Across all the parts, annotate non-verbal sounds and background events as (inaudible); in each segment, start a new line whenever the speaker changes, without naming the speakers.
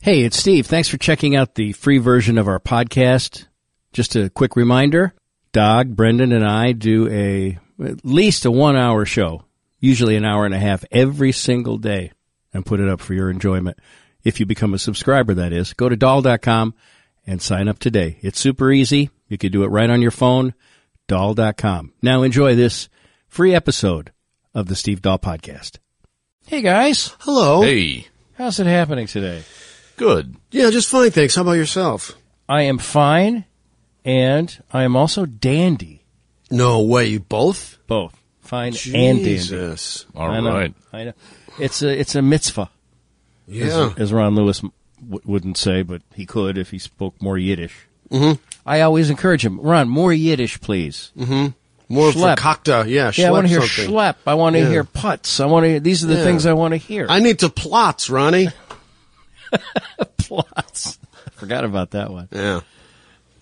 Hey, it's Steve. Thanks for checking out the free version of our podcast. Just a quick reminder Dog, Brendan, and I do a at least a one hour show, usually an hour and a half every single day, and put it up for your enjoyment. If you become a subscriber, that is, go to doll.com and sign up today. It's super easy. You can do it right on your phone, doll.com. Now enjoy this free episode of the Steve Doll Podcast. Hey guys,
Hello.
Hey,
how's it happening today?
good.
Yeah, just fine, thanks. How about yourself?
I am fine, and I am also dandy.
No way, you both?
Both fine and dandy.
Jesus.
All
I
right.
know. I know. It's a it's a mitzvah,
Yeah.
as Ron Lewis m- w- wouldn't say, but he could if he spoke more Yiddish. Mm-hmm. I always encourage him, Ron, more Yiddish, please.
More
Schlep.
fakakta. Yeah,
Yeah, I want to
schlep
hear
something.
schlep. I want to
Yeah.
hear putts. I want to. These are the
Yeah.
things I want to hear.
I need to plots, Ronnie.
(laughs) plots. Forgot about that one.
Yeah.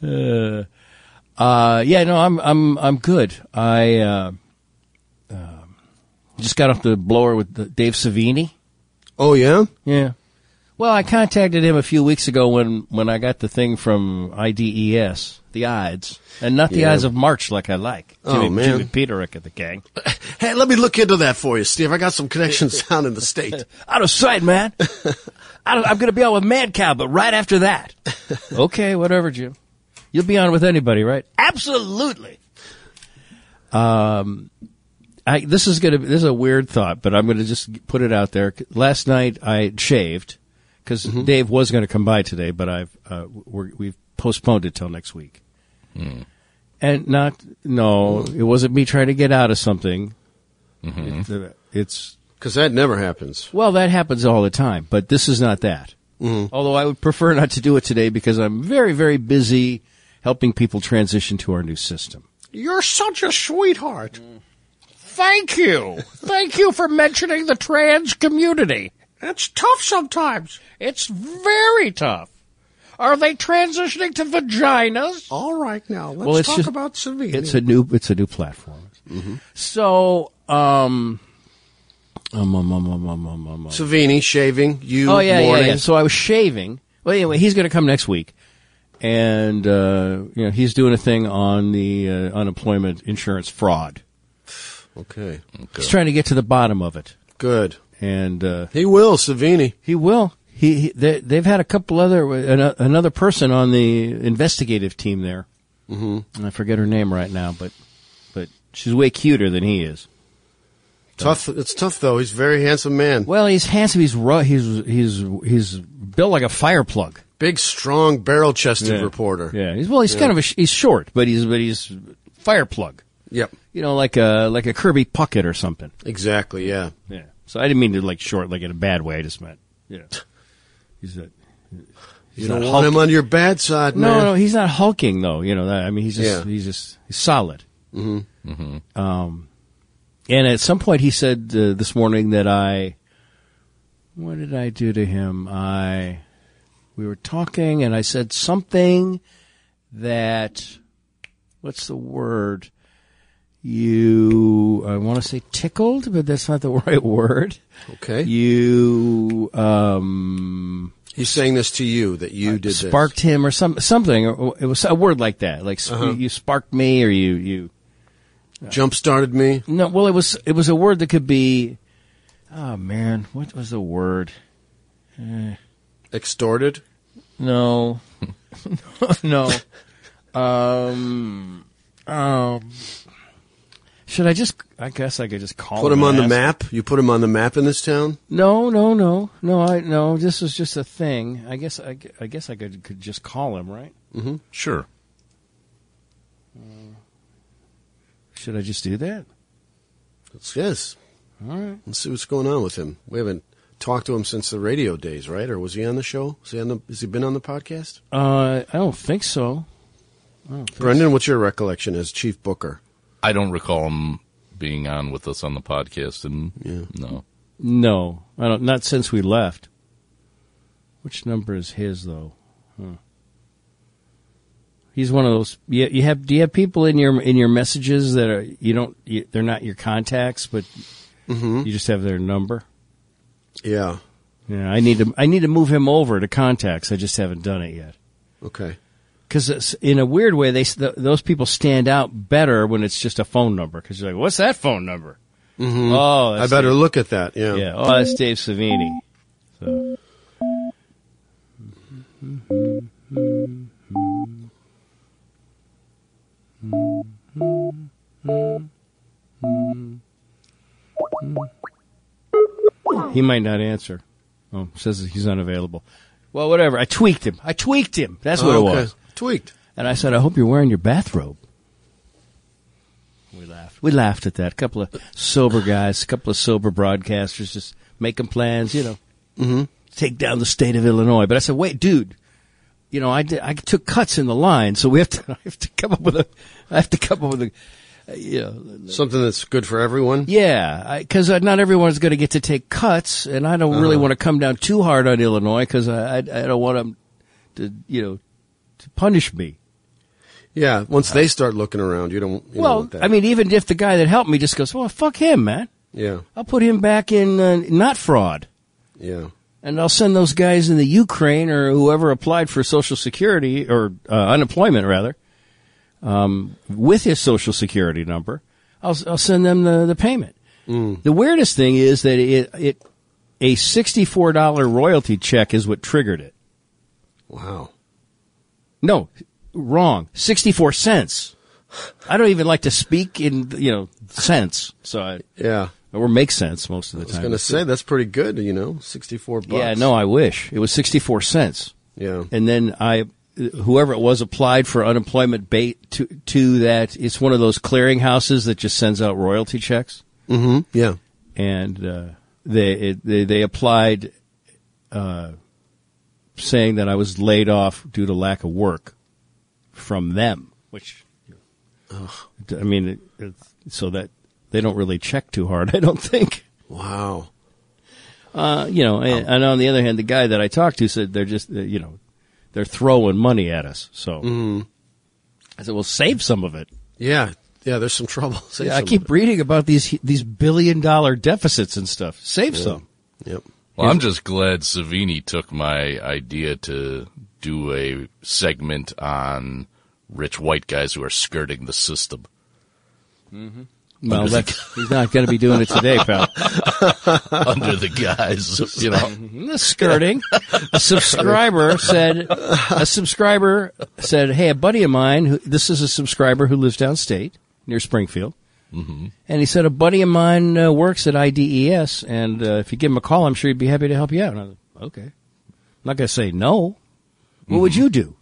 Uh, uh, yeah, no, I'm I'm I'm good. I uh, um just got off the blower with the, Dave Savini.
Oh, yeah?
Yeah. Well, I contacted him a few weeks ago when when I got the thing from IDES, the Ides, and not the
Yeah.
Ides of March like I like.
Oh,
Jimmy,
man.
Jimmy Peterick at the gang.
Hey, let me look into that for you, Steve. I got some (laughs) connections down in the state.
Out of sight, (laughs) man. Out of, I'm going to be on with Mad Cow, but right after that. (laughs) okay, whatever, Jim. You'll be on with anybody, right? Absolutely. Um, I, this is going to this is a weird thought, but I'm going to just put it out there. Last night I shaved because Dave was going to come by today, but I've uh, we're, we've postponed it till next week. And not no, it wasn't me trying to get out of something. It- uh, it's
Because that never happens.
well, that happens all the time, but this is not that. Although I would prefer not to do it today because I'm very, very busy helping people transition to our new system.
You're such a sweetheart.
Thank you. Thank you for mentioning the trans community.
It's tough sometimes.
It's very tough. Are they transitioning to vaginas?
All right, now, let's
Well, it's
talk
just-
about Savini.
It's a new, it's a new platform. So, um, um, um, um, um, um, um, um, um.
Savini, shaving, you,
oh yeah, yeah,
morning.
yeah. So I was shaving. Well, anyway, he's going to come next week, and uh, you know he's doing a thing on the uh, unemployment insurance fraud.
Okay,
He's trying to get to the bottom of it,
good.
and uh,
He will, Savini.
He will. He, he they, they've had a couple other an, another person on the investigative team there. Mm-hmm. I forget her name right now, but but she's way cuter than he is.
Tough. It's tough, though. He's a very handsome man.
Well, he's handsome. He's ru- he's he's he's built like a fire plug.
Big, strong, barrel-chested
Yeah.
reporter.
Yeah. He's, well, he's kind of a, sh- he's short, but he's but he's fire plug.
Yep.
You know, like a like a Kirby Puckett or something.
Exactly. Yeah.
Yeah. So I didn't mean to like short like in a bad way. I just meant (laughs) you know he's a
You don't
not
want him on your bad side,
No,
man.
no, he's not hulking though. You know that. I mean, he's just
Yeah.
he's just he's solid. Mm-hmm. Mm-hmm. Um, and at some point he said uh, this morning that I, what did I do to him? I, we were talking and I said something that, what's the word? You, I want to say tickled, but that's not the (laughs) right word.
Okay.
You, um,
He's saying this to you that
Uh,
you did
sparked him or some something. Or it was a word like that. Like sp-
Uh-huh.
you sparked me or you you
this. Jump started me.
no. Well, it was it was a word that could be. Oh man, what was the word?
Extorted.
No, (laughs) no. um, um. Should I just? I guess I could just call.
Put him on
and
the
ask-
map. You put him on the map in this town.
No, no, no, no. I no. This was just a thing. I guess I, gu- I guess I could could just call him, right?
Mm-hmm.
Sure.
Should I just do that?
Let's, yes.
All right.
Let's see what's going on with him. We haven't talked to him since the radio days, right? Or was he on the show? Is he on the, has he been on the podcast?
Uh, I don't think so. I don't think
Brendan, what's your recollection as chief booker?
I don't recall him being on with us on the podcast, and no,
No, I don't. Not since we left. Which number is his though? Huh. He's one of those. You, you have. Do you have people in your in your messages that are you don't? You, Mm-hmm. they're not your contacts, but you just have their number.
Yeah.
Yeah, I need to I need to move him over to contacts. I just haven't done it yet.
Okay.
Because in a weird way, they s- th those people stand out better when it's just a phone number. Because you're like, what's that phone number? Mm-hmm. Oh,
Hmm. I
that's
better look at that. Yeah.
Dave- yeah. Oh, that's Dave Savini. So he might not answer. Oh, says that he's unavailable. Well, whatever. I tweaked him. I tweaked him. That's what
Oh,
it
okay.
was.
Tweaked.
And I said, I hope you're wearing your bathrobe. We laughed. We laughed at that. A couple of sober guys, a couple of sober broadcasters just making plans, you know, mm-hmm. take down the state of Illinois. But I said, wait, dude, you know, I, did, I took cuts in the line, so we have to, (laughs) I have to come up with a, I have to come up with a, uh, you know,
Something that's good for everyone.
yeah, because not everyone's going to get to take cuts, and I don't really want to come down too hard on Illinois because I, I, I don't want them to, you know, to punish me.
Yeah. Once they start looking around, you don't. You don't
Well,
want that.
I mean, even if the guy that helped me just goes, well, fuck him, man.
Yeah.
I'll put him back in uh, not fraud.
Yeah.
And I'll send those guys in the Ukraine or whoever applied for Social Security or uh, unemployment, rather, um, with his Social Security number. I'll, I'll send them the, the payment.
Mm.
The weirdest thing is that it, it a $64 royalty check is what triggered it.
Wow.
No, wrong. 64 cents. I don't even like to speak in, you know, cents. So I,
Yeah.
or make sense most of the
I was
time.
going to say that's pretty good. You know, sixty-four bucks.
yeah, no, I wish it was sixty-four cents,
Yeah.
and then I, whoever it was, applied for unemployment bait to to that. It's one of those clearinghouses that just sends out royalty checks,
hmm Yeah.
and uh, they it, they they applied, uh, saying that I was laid off due to lack of work from them, which, I mean, it, it's so that they don't really check too hard, (laughs) I don't think.
Wow.
Uh, you know, and, and on the other hand, the guy that I talked to said they're just, uh, you know, they're throwing money at us. So I said, well, save some of it.
Yeah. Yeah. There's some (laughs) trouble. Say
I
some
keep
of
reading about these these billion dollar deficits and stuff. Save some.
it. Yep.
Well, I'm just glad Savini took my idea to do a segment on rich white guys who are skirting the system.
Well, that's, (laughs) he's not going to be doing it today, pal.
under the guise of,
(laughs)
you know.
the skirting. A subscriber said, a subscriber said, hey, a buddy of mine, who, this is a subscriber who lives downstate near Springfield.
Mm-hmm.
And he said, a buddy of mine uh, works at IDES, and uh, if you give him a call, I'm sure he'd be happy to help you out. And I was, okay. I'm not going to say no. What would you do?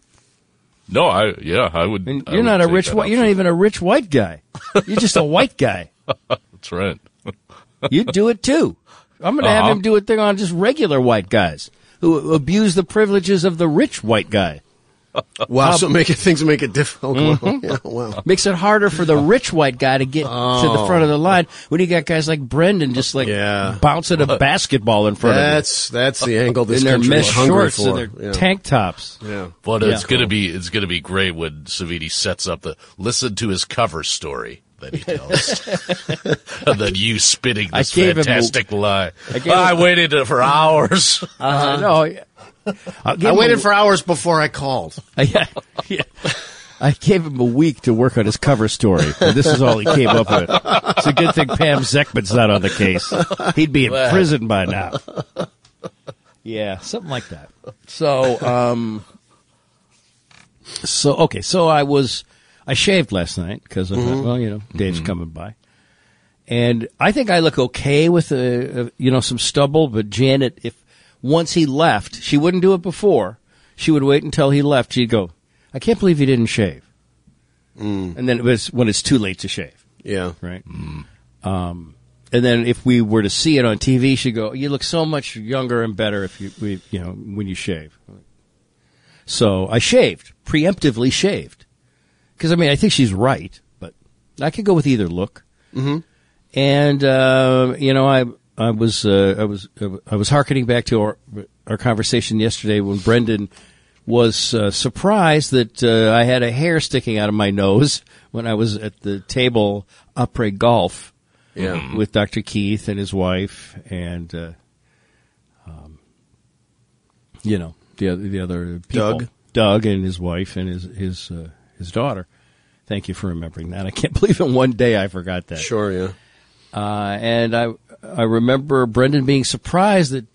No, I yeah, I would.
I mean,
Mm-hmm. I
you're
would
not a
take
rich
that
white. You're not
option.
even a rich white guy. You're just a white
(laughs)
guy.
That's right.
You'd do it too. I'm going to have
Uh-huh.
him do a thing on just regular white guys who abuse the privileges of the rich white guy.
Wow. so make it, things make it difficult.
Mm-hmm.
(laughs) Yeah, wow.
Makes it harder for the rich white guy to get to the front of the line when you got guys like Brendan just like
Yeah.
bouncing a basketball in front
That's that's the angle
of
this
you in their
country
mesh
is hungry
shorts
for.
and their
yeah.
tank tops.
yeah.
But it's
Yeah.
gonna be it's gonna be great when Savini sets up the listen to his cover story that he
(laughs)
tells, and then you spitting
I
this
gave him a-
fantastic lie. I,
gave him-
waited for hours.
(laughs) Uh, no, I'll give
I
him
waited
a-
for hours before I called.
(laughs) yeah, yeah. I gave him a week to work on his cover story, and this is all he came up with. It's a good thing Pam Zekman's not on the case. He'd be in prison by now. Yeah, something like that. So, um, so okay, so I was, I shaved last night because I thought, well, you know, Dave's coming by, and I think I look okay with a, a you know some stubble. But Janet, if once he left, she wouldn't do it before. She would wait until he left. She'd go, I can't believe he didn't shave. And then it was when it's too late to shave,
Yeah.
right? Um, and then if we were to see it on TV, she'd go, "You look so much younger and better if you, we, you know, when you shave." So I shaved, preemptively shaved, because I mean I think she's right, but I could go with either look. Mm-hmm. And uh, you know I I was uh, I was I was harkening back to our our conversation yesterday when Brendan was uh, surprised that uh, I had a hair sticking out of my nose (laughs) when I was at the table après golf
Yeah.
Mm-hmm. with Dr. Keith and his wife and. Uh, you know the other the other people.
Doug.
Doug and his wife and his his uh, his daughter. Thank you for remembering that. I can't (laughs) believe in one day I forgot that.
Sure, yeah.
Uh, and I I remember Brendan being surprised that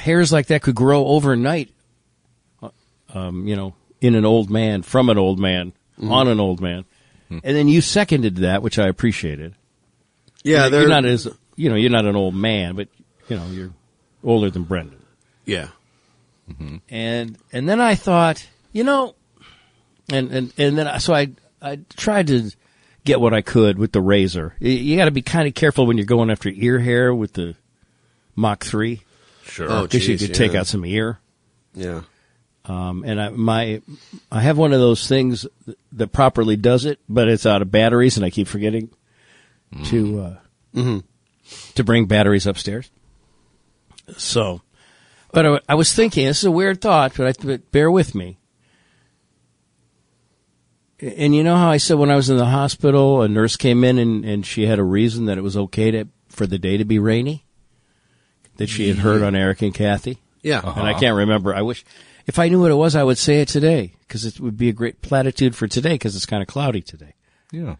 hairs like that could grow overnight. uh, Um, you know, in an old man, from an old man, on an old man, and then you seconded that, which I appreciated.
Yeah,
you're
they're
not as you know, you're not an old man, but you know, you're older than Brendan.
Yeah.
and and then I thought, you know, and and and then I, so I I tried to get what I could with the razor. You, got to be kind of careful when you're going after ear hair with the Mach three
Sure.
Oh,
because you
geez,
could take
yeah.
out some ear.
Yeah.
Um, and I my I have one of those things th- that properly does it, but it's out of batteries, and I keep forgetting to uh, to bring batteries upstairs. So, but I, I was thinking this is a weird thought, but, I, but bear with me. And you know how I said when I was in the hospital, a nurse came in and, and she had a reason that it was okay to, for the day to be rainy that she had heard on Eric and Kathy
Yeah.
and I can't remember. I wish if I knew what it was, I would say it today because it would be a great platitude for today because it's kind of cloudy today.
yeah.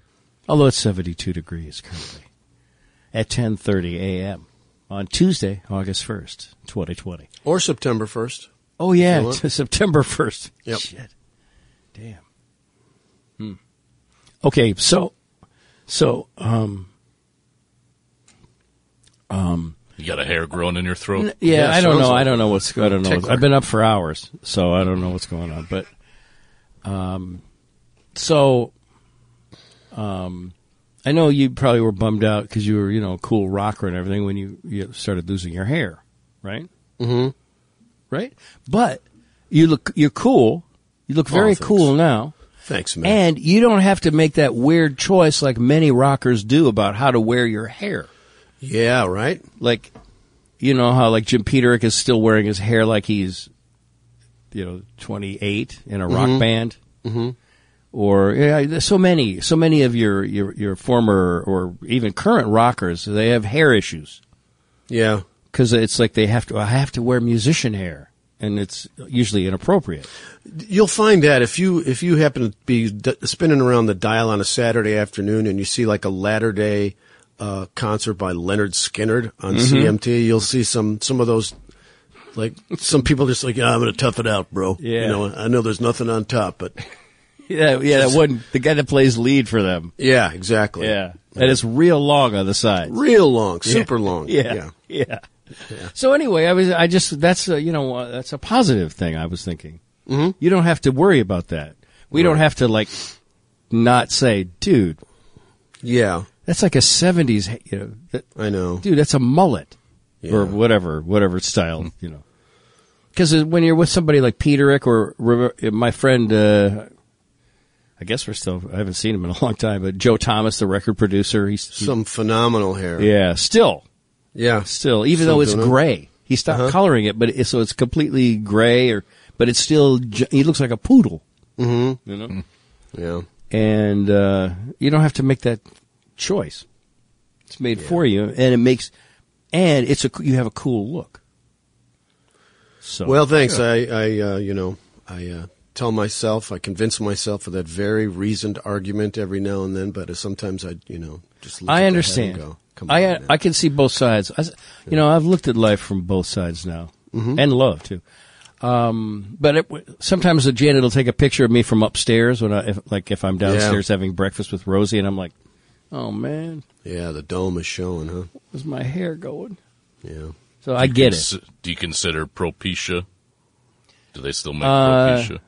Although it's 72 degrees currently at 10:30 a.m. on Tuesday, August 1st, 2020.
Or September 1st.
Oh yeah,
You know what?
it's September 1st.
Yep.
Shit. Damn. Hmm. Okay, so so um
You got a hair growing in your throat.
N- Yeah,
Yeah,
I don't
sounds
know.
like
I don't know what's. I don't know.
tickler.
I've been up for hours, so I don't know what's going on. But, um, so, um, I know you probably were bummed out because you were, you know, a cool rocker and everything when you, you started losing your hair, right? Mm-hmm. Right, but you look you're cool. You look very
thanks.
cool now.
Thanks, man.
And you don't have to make that weird choice like many rockers do about how to wear your hair
yeah, right?
like you know how like Jim Peterick is still wearing his hair like he's you know 28 in a rock band mm-hmm. or yeah there's so many so many of your, your your former or even current rockers they have hair issues
Yeah.
cuz it's like they have to I have to wear musician hair and it's usually inappropriate
You'll find that if you if you happen to be d- spinning around the dial on a Saturday afternoon and you see like a latter day uh, concert by Leonard Skinner on
Mm-hmm.
CMT, you'll see some some of those like some people just like yeah, I'm going to tough it out, bro.
Yeah.
You know, I know there's nothing on top, but
yeah yeah that one the guy that plays lead for them
yeah, exactly.
yeah and it's real long on the side
real long, super long.
Yeah, yeah. So anyway, I was I just that's a, you know uh, that's a positive thing I was thinking. Mm-hmm. You don't have to worry about that. We don't have to like not say, dude,
yeah,
that's like a seventies. You know, that,
I know.
dude, that's a mullet or
Yeah.
whatever, whatever style. You know, because when you're with somebody like Peterick or River- my friend. Uh, I guess we're still. I haven't seen him in a long time, but Joe Thomas, the record producer, he's
Some phenomenal hair.
yeah, still
yeah.
still, even
Still
though it's
doing it?
gray. He stopped coloring it, but it, so it's completely gray, or but it's still. j- He looks like a poodle, mm-hmm. you know.
yeah.
And uh, you don't have to make that choice. It's made for you, and it makes, and it's a c- you have a cool look. So
Well, thanks. I, I uh, you know, I uh, tell myself, I convince myself of that very reasoned argument every now and then, but uh, sometimes I, you know, just look at
I
the
understand.
head and go, Come on,
I uh,
man."
I can see both sides. I s you know, I've looked at life from both sides now,
Mm-hmm.
and love too. Um, but it, w- sometimes the Janet will take a picture of me from upstairs when I, if, like, if I'm downstairs having breakfast with Rosie, and I'm like, "Oh man,
yeah, the dome is showing, huh?
where's my hair going?"
Yeah.
So I get it.
S- Do you consider Propecia? Do they still make
Uh,
Propecia?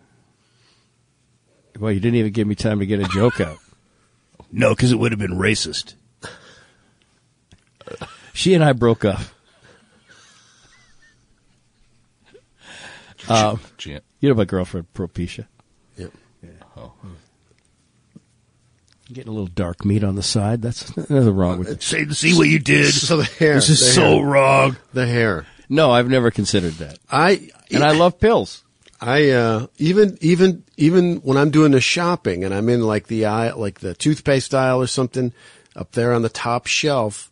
Well, you didn't even give me time to get a joke
(laughs)
out. No, because it would have been racist. (laughs) she and I broke up. uh,
Jan-
You know my girlfriend, Propecia.
Yep.
oh.
Getting a little dark meat on the side. That's nothing wrong with it.
Say, see what you did.
So the hair.
This
the
is so
hair,
wrong.
the hair.
No, I've never considered that.
I
And I love pills.
I uh, even even even when I'm doing the shopping and I'm in like the aisle, like the toothpaste aisle or something, up there on the top shelf,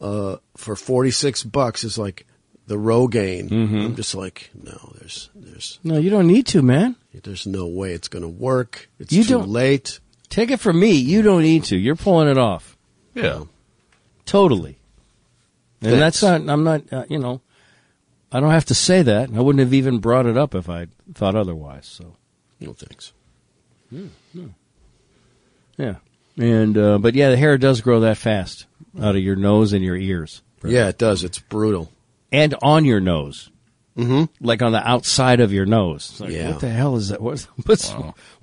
uh, for forty six bucks is like the Rogaine.
Mm-hmm.
I'm just like, no, there's there's
No, you don't need to, man.
there's no way it's going to work. It's
You
too
don't-
late.
Take it from me. You don't need to. You're pulling it off
Yeah.
Oh,
totally. And
Thanks.
that's not. I'm not. Uh, you know, I don't have to say that. I wouldn't have even brought it up if I thought otherwise. So
No thanks.
yeah. And uh, but yeah, the hair does grow that fast out of your nose and your ears.
Yeah, it does. It's brutal.
and on your nose. Mm-hmm. Like on the outside of your nose. It's like,
Yeah.
What the hell is (laughs) that? What's what's,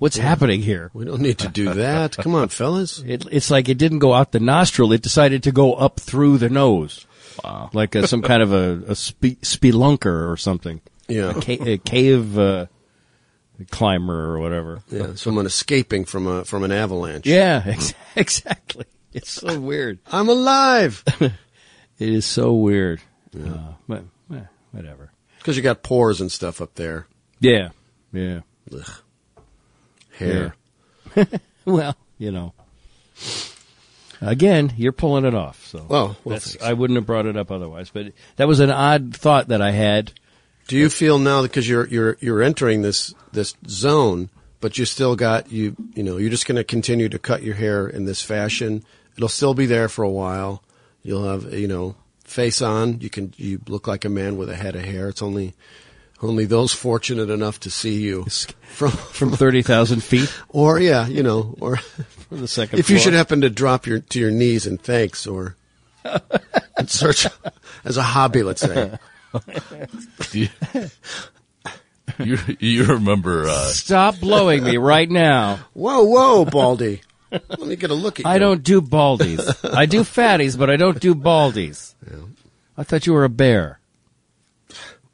what's happening here?
We don't need to do that. Come on, fellas.
It, it's like it didn't go out the nostril. It decided to go up through the nose. Wow. Like a, some kind of a, a spe, spelunker or something.
Yeah.
A, ca- a cave uh, climber or whatever.
Yeah, someone escaping from a from an avalanche.
Yeah, (laughs) ex- exactly. It's so weird.
I'm alive
It is so weird. Uh, but, eh, whatever.
because you got pores and stuff up there.
Yeah. Yeah.
Ugh. Hair.
Well, you know. Again, you're pulling it off. So
Well, well,
that's,
thanks.
I wouldn't have brought it up otherwise. But that was an odd thought that I had.
Do you feel now because you're you're you're entering this this zone, but you still got you you know you're just going to continue to cut your hair in this fashion. It'll still be there for a while. You'll have you know face on. You can you look like a man with a head of hair. It's only only those fortunate enough to see you from
From thirty thousand feet
or yeah you know or
from the second.
if you should
floor.
happen to drop your to your knees in thanks or in search as a hobby let's say
(laughs) Do you, you, you remember uh,
stop blowing me right now.
whoa whoa baldy let me get a look at you
I don't do baldies. I do fatties, but I don't do baldies. I thought you were a bear.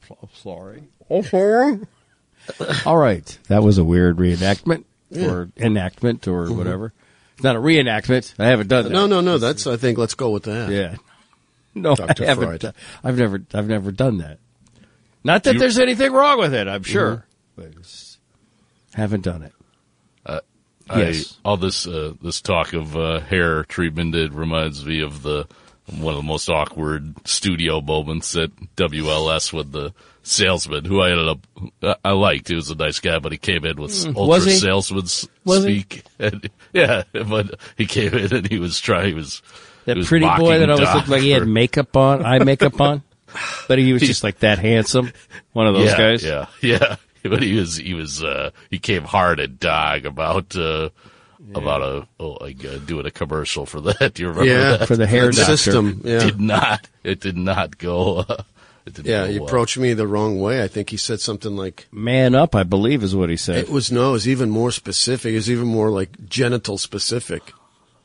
Pl- Sorry.
(laughs)
All right, that was a weird reenactment or enactment or whatever. It's not a reenactment. I haven't done that.
Mm-hmm. no no no that's i think let's go with that
Yeah. No,
Dr.
I haven't.
Freud.
done- I've never. I've never done that. Not that
You-
there's anything wrong with it.
Mm-hmm.
I'm sure. But it's- haven't done it. Yes.
I, all this uh, this talk of uh, hair treatment it reminds me of the one of the most awkward studio moments at WLS with the salesman who I ended up I- I liked. He was a nice guy, but he came in with
Hmm. was
ultra
he?
salesman s-
Was he?
speak. (laughs) And, yeah, but he came in and he was trying. He was
That
he was
pretty boy
mocking
that always
Doc
looked like he had
for-
makeup on, eye makeup (laughs) on, but he was just like that handsome. One of (laughs) those
yeah,
guys.
Yeah, (laughs) yeah. But he was he was uh, he came hard at Dog about uh, about a oh, like uh, doing a commercial for that. (laughs) Do you remember
Yeah.
that?
For the hair
That
doctor.
system yeah
Did not it did not go. Uh, it didn't
yeah
go
you
well.
approached me the wrong way i think he said something like
Man up, I believe, is what he said.
it was no it was even more specific it was even more like genital specific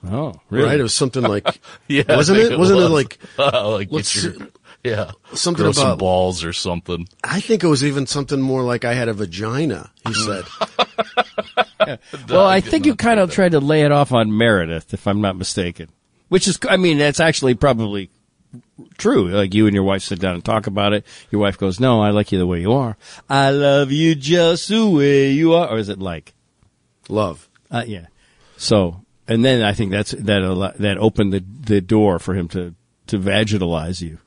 oh, really?
right it was something like
(laughs) Yeah, I
wasn't
think
it wasn't
was.
it like
(laughs) like
let's
get your,
see-
yeah
something
grow some
about-
balls or something?
i think it was even something more like i had a vagina he said
Well, I think you kind of tried to lay it off on Meredith, if I'm not mistaken. Which is, I mean, that's actually probably true. Like you and your wife sit down and talk about it. Your wife goes, "No, I like you the way you are. I love you just the way you are." Or is it like,
love
uh, yeah? So, and then I think that's that al- that opened the the door for him to to vaginalize you.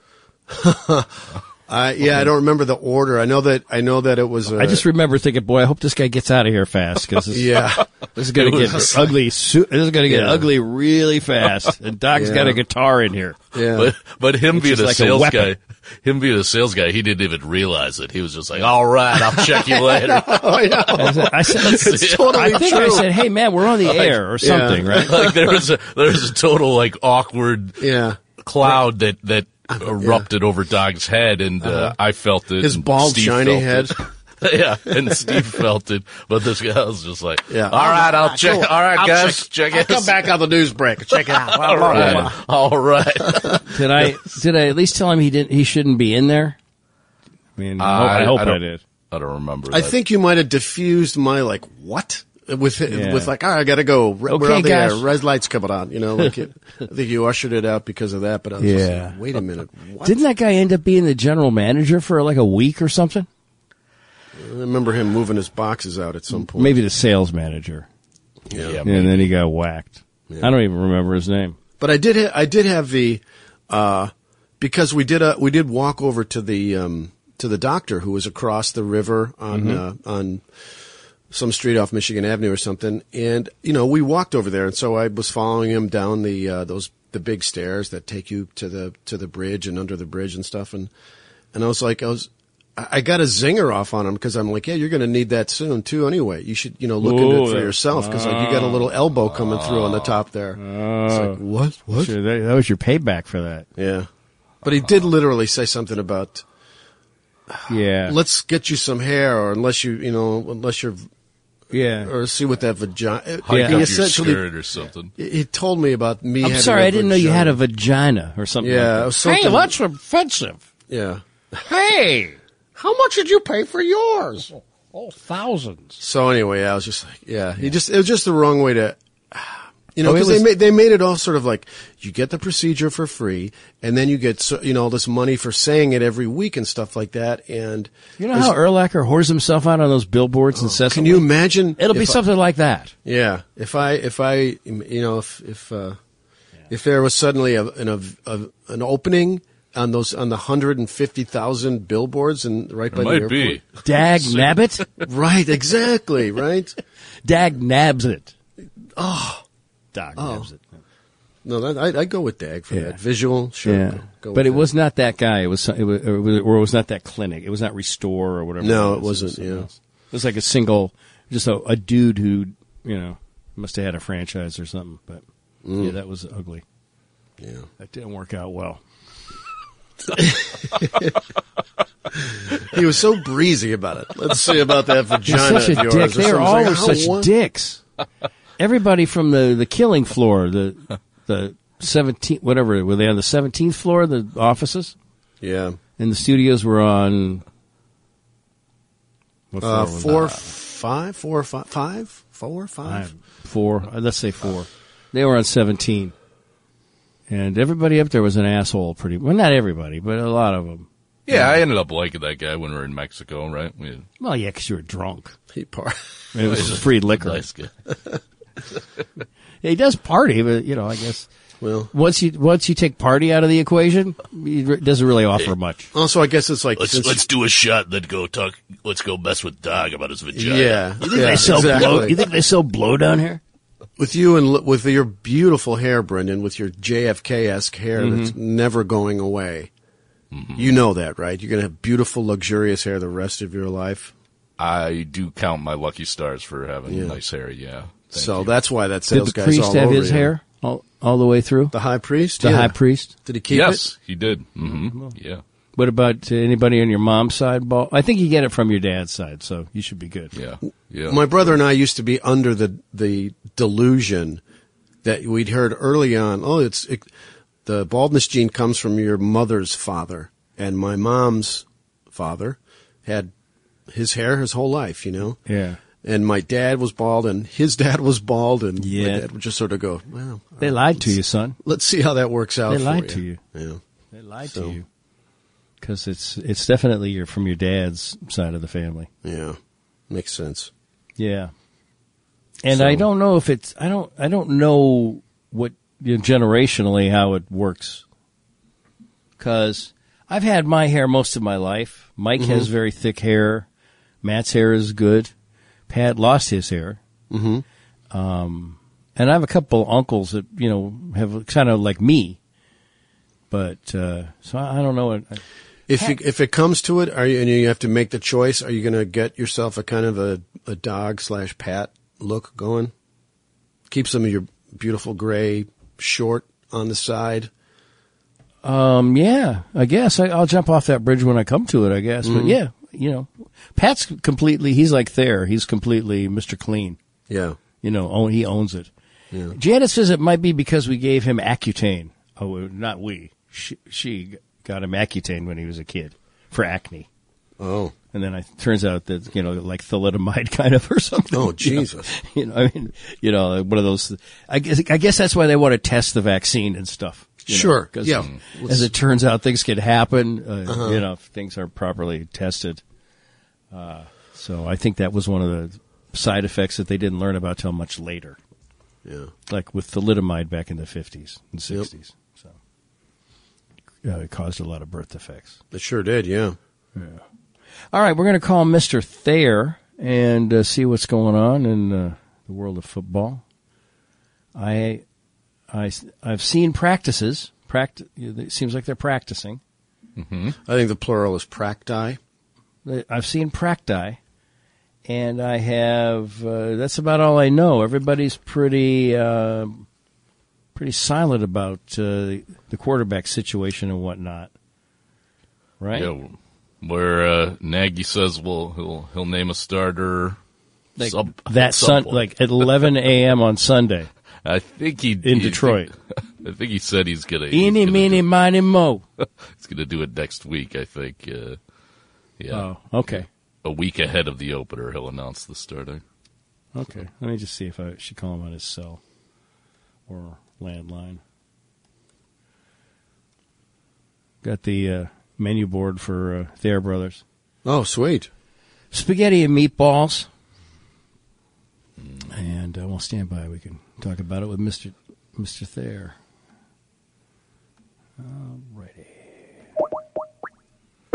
I yeah, I don't remember the order. I know that I know that it was. uh
I just remember thinking, "Boy, I hope this guy gets out of here fast because
(laughs)
this,
yeah,
this is going to get ugly. su- This is going to get
Yeah.
ugly really fast." And Doc's
Yeah.
got a guitar in here.
yeah.
But but him
Which
being
is
a
like a
sales
weapon.
guy, him being a sales guy, he didn't even realize it. He was just like, "All right, I'll check you
(laughs)
later."
oh yeah,
I said, I said-
(laughs)
It's
totally
I think I
true.
said, "Hey man, we're on the air or something, right?"
like there was a there was a total like awkward
yeah.
cloud that that
(laughs)
erupted over Dog's head, and uh, I felt it.
Uh-huh. His
and
bald,
Steve
shiny head.
felt it. (laughs) yeah, and Steve felt it, but this guy was just like,
Yeah.
all right, I'll check.
cool.
All right,
I'll
guys, check, it.
Come back on the news break. Check it out.
All right, all
(laughs)
right. (laughs)
Did I did I at least tell him he didn't he shouldn't be in there? I mean, I,
Uh,
I-
hope
I
I,
don't-
did.
I don't remember.
I
that.
think you might have diffused my like what with
Yeah.
with like all right, I gotta go. Re- We're
Okay,
on the air.
guys.
Red lights coming on. You know,
(laughs)
like it, I think you ushered it out because of that. But I was just
Yeah.
like, wait a minute, what?
Didn't that guy end up being the general manager for like a week or something?
I remember him moving his boxes out at some point.
Maybe the sales manager,
Yeah,
and then he got whacked. I don't even remember his name.
But I did. Ha- I did have the. Uh, because we did a we did walk over to the um, to the doctor who was across the river on uh, on some street off Michigan Avenue or something, and you know we walked over there, and so I was following him down the uh, those the big stairs that take you to the to the bridge and under the bridge and stuff, and and I was like I was. I I got a zinger off on him because I'm like, yeah, you're going to need that soon too. Anyway, you should, you know, look into it
Ooh,
for
that-
yourself because like you got a little elbow coming through on the top there. it's
Oh.
like what? What?
Sure, that, that was your payback for that.
Yeah. But he did literally say something about
Yeah.
let's get you some hair or unless you, you know, unless you're
yeah.
or see what that vagina
Hike up
he
your
essentially
skirt or something.
he told me about me
I'm
having
sorry,
I
I didn't know you had a vagina or something.
Yeah, it
Like
was
Hey,
something
that's offensive.
Yeah.
Hey, how much did you pay for yours? Oh, thousands.
So anyway, I was just like, yeah, he just it was just the wrong way to you know,
Oh, it
because
was-
they made they made it all sort of like you get the procedure for free, and then you get so, you know all this money for saying it every week and stuff like that. And
that. You know how Erlacher whores himself out on those billboards
Oh, can
incessantly?
you imagine?
It'll be
if I-
something like that.
Yeah. If I, if I, you know, if, if, uh, if there was suddenly a, an, a, a, an opening on those, on the 150,000 billboards and right by
It
the
might
airport.
be.
Dag
(laughs)
nabbit?
Right. Exactly. Right.
Dag nabs it. Oh. Dag
Oh.
nabs it.
No, that, I, I'd go with Dag for
Yeah.
that. Visual. Sure.
yeah.
Go, go
but
with
it
that.
was not that guy. It was, it was, or it was, or it was not that clinic. It was not Restore or whatever.
No, it
was.
wasn't,
something
yeah.
else. It was like a single, just a, a dude who, you know, must have had a franchise or something. But
Mm.
yeah, that was ugly.
Yeah.
That didn't work out well.
He was so breezy about it. Let's see about that
You're
vagina.
such a
of yours
dick. They
or something.
are
It's like,
all were
how
such
one- (laughs)
dicks. Everybody from the, the killing floor, the the seventeenth, whatever were they on the seventeenth floor? The offices
Yeah.
and the studios were on. What floor
Uh,
was
four,
it?
five, four, five, five, four, five.
Five, four. Uh, Let's say four. They were on seventeen, and everybody up there was an asshole. Pretty well, not everybody, but a lot of them.
Yeah, I ended up liking that guy when we were in Mexico, right? We had
Well, yeah, because you were drunk.
He par- (laughs)
And it was just free liquor.
nice guy.
He does party, but you know, I guess.
Well,
once you once you take party out of the equation, it doesn't really offer much.
also, I guess it's like,
Let's
since-
let's do a shot. Then go talk. Let's go mess with Dog about his vagina.
yeah. yeah,
they sell
exactly.
blow. You think they sell blow down here?
with you and l- with your beautiful hair, Brendan, with your JFK esque hair
Mm-hmm.
that's never going away. You know that, right? You're going to have beautiful, luxurious hair the rest of your life.
I do count my lucky stars for having
Yeah.
nice hair. Yeah. Thank
so
you.
that's why that
Did
sales
the
guy's
priest
all
have
over
his
you.
hair all, all the way through?
The high priest.
The
Yeah.
high priest.
Did he keep
yes,
it?
he did. hmm Yeah.
What about uh, anybody on your mom's side? Ball. I think you get it from your dad's side, so you should be good.
Yeah. Yeah.
My brother and I used to be under the the delusion that we'd heard early on. Oh, it's it, the baldness gene comes from your mother's father, and my mom's father had his hair his whole life. You know.
Yeah.
and my dad was bald and his (laughs) dad was bald and
Yeah.
my dad would just sort of go, well,
They lied to you, son.
let's see how that works out.
They
for
lied
you. Yeah.
They lied
So-
to you because it's it's definitely your from your dad's side of the family.
Yeah. Makes sense.
Yeah. And
So-
I don't know if it's I don't I don't know what you know, generationally how it works. Cuz I've had my hair most of my life. Mike has very thick hair. Matt's hair is good. Pat lost his hair. Mm-hmm.
Mhm.
Um and I have a couple uncles that, you know, have kind of like me. But uh so I I don't know what I-
If you, if it comes to it, are you, and you have to make the choice, are you going to get yourself a kind of a, a dog slash pat look going? Keep some of your beautiful gray short on the side.
Um, yeah, I guess I, I'll jump off that bridge when I come to it. I guess, but yeah, you know, Pat's completely. He's like there. He's completely Mister Clean.
Yeah.
You know, own, he owns it. Janet says it might be because we gave him Accutane. Oh, not we. She, she got him Accutane when he was a kid for acne,
Oh.
and then it turns out that you know, like thalidomide (laughs) kind of or something.
Oh,
you know?
Jesus.
(laughs) You know, I mean, you know, one of those. I guess, I guess that's why they want to test the vaccine and stuff. you know,
Sure,
'cause
yeah. Uh-huh.
As it turns out, things can happen. Uh, You know, if things aren't properly tested. Uh, so I think that was one of the side effects that they didn't learn about till much later,
Yeah.
like with thalidomide back in the fifties and sixties. So uh, caused a lot of birth defects.
It sure did, yeah.
All right, we're going to call Mr. Thayer and uh, see what's going on in uh, the world of football. I, I, have seen practices. Pract- it seems like they're practicing.
I think the plural is practi.
I've seen practi, and I have. Uh, that's about all I know. Everybody's pretty, uh, pretty silent about uh, the quarterback situation and whatnot. Right?
Yeah, where uh, Nagy says, "Well, he'll he'll name a starter."
Like,
some-
that sun,
someone.
like at 11 a.m. on Sunday
I think he
in
he-
Detroit.
(laughs) I think he said he's gonna. he's
Eeny,
gonna
meeny,
do-
miny, mo.
He's gonna do it next week. I think. Uh, yeah,
Oh, okay.
a week ahead of the opener, he'll announce the starter.
Okay. Let me just see if I should call him on his cell or landline. Got the uh, menu board for uh, Thayer Brothers.
Oh, sweet.
Spaghetti and meatballs. And uh, we'll stand by. We can talk about it with Mr. Mr. Thayer. Alrighty.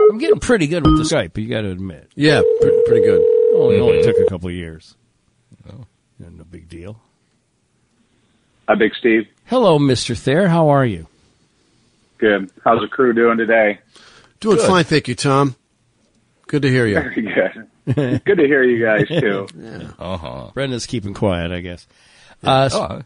I'm getting pretty good with the Skype, you got to admit.
Yeah, pre- pretty good.
Oh, it only
Mm-hmm.
Mhm.
took a couple of years.
Oh.
No, no big deal.
Hi, Big Steve.
Hello, Mr. Thayer. How are you?
Good. How's the crew doing today? (laughs)
Doing fine, thank you, Tom. Good to hear you.
Very good. Good to hear you guys too.
Uh huh.
Brenda's keeping quiet, I guess. Uh, s-
Oh,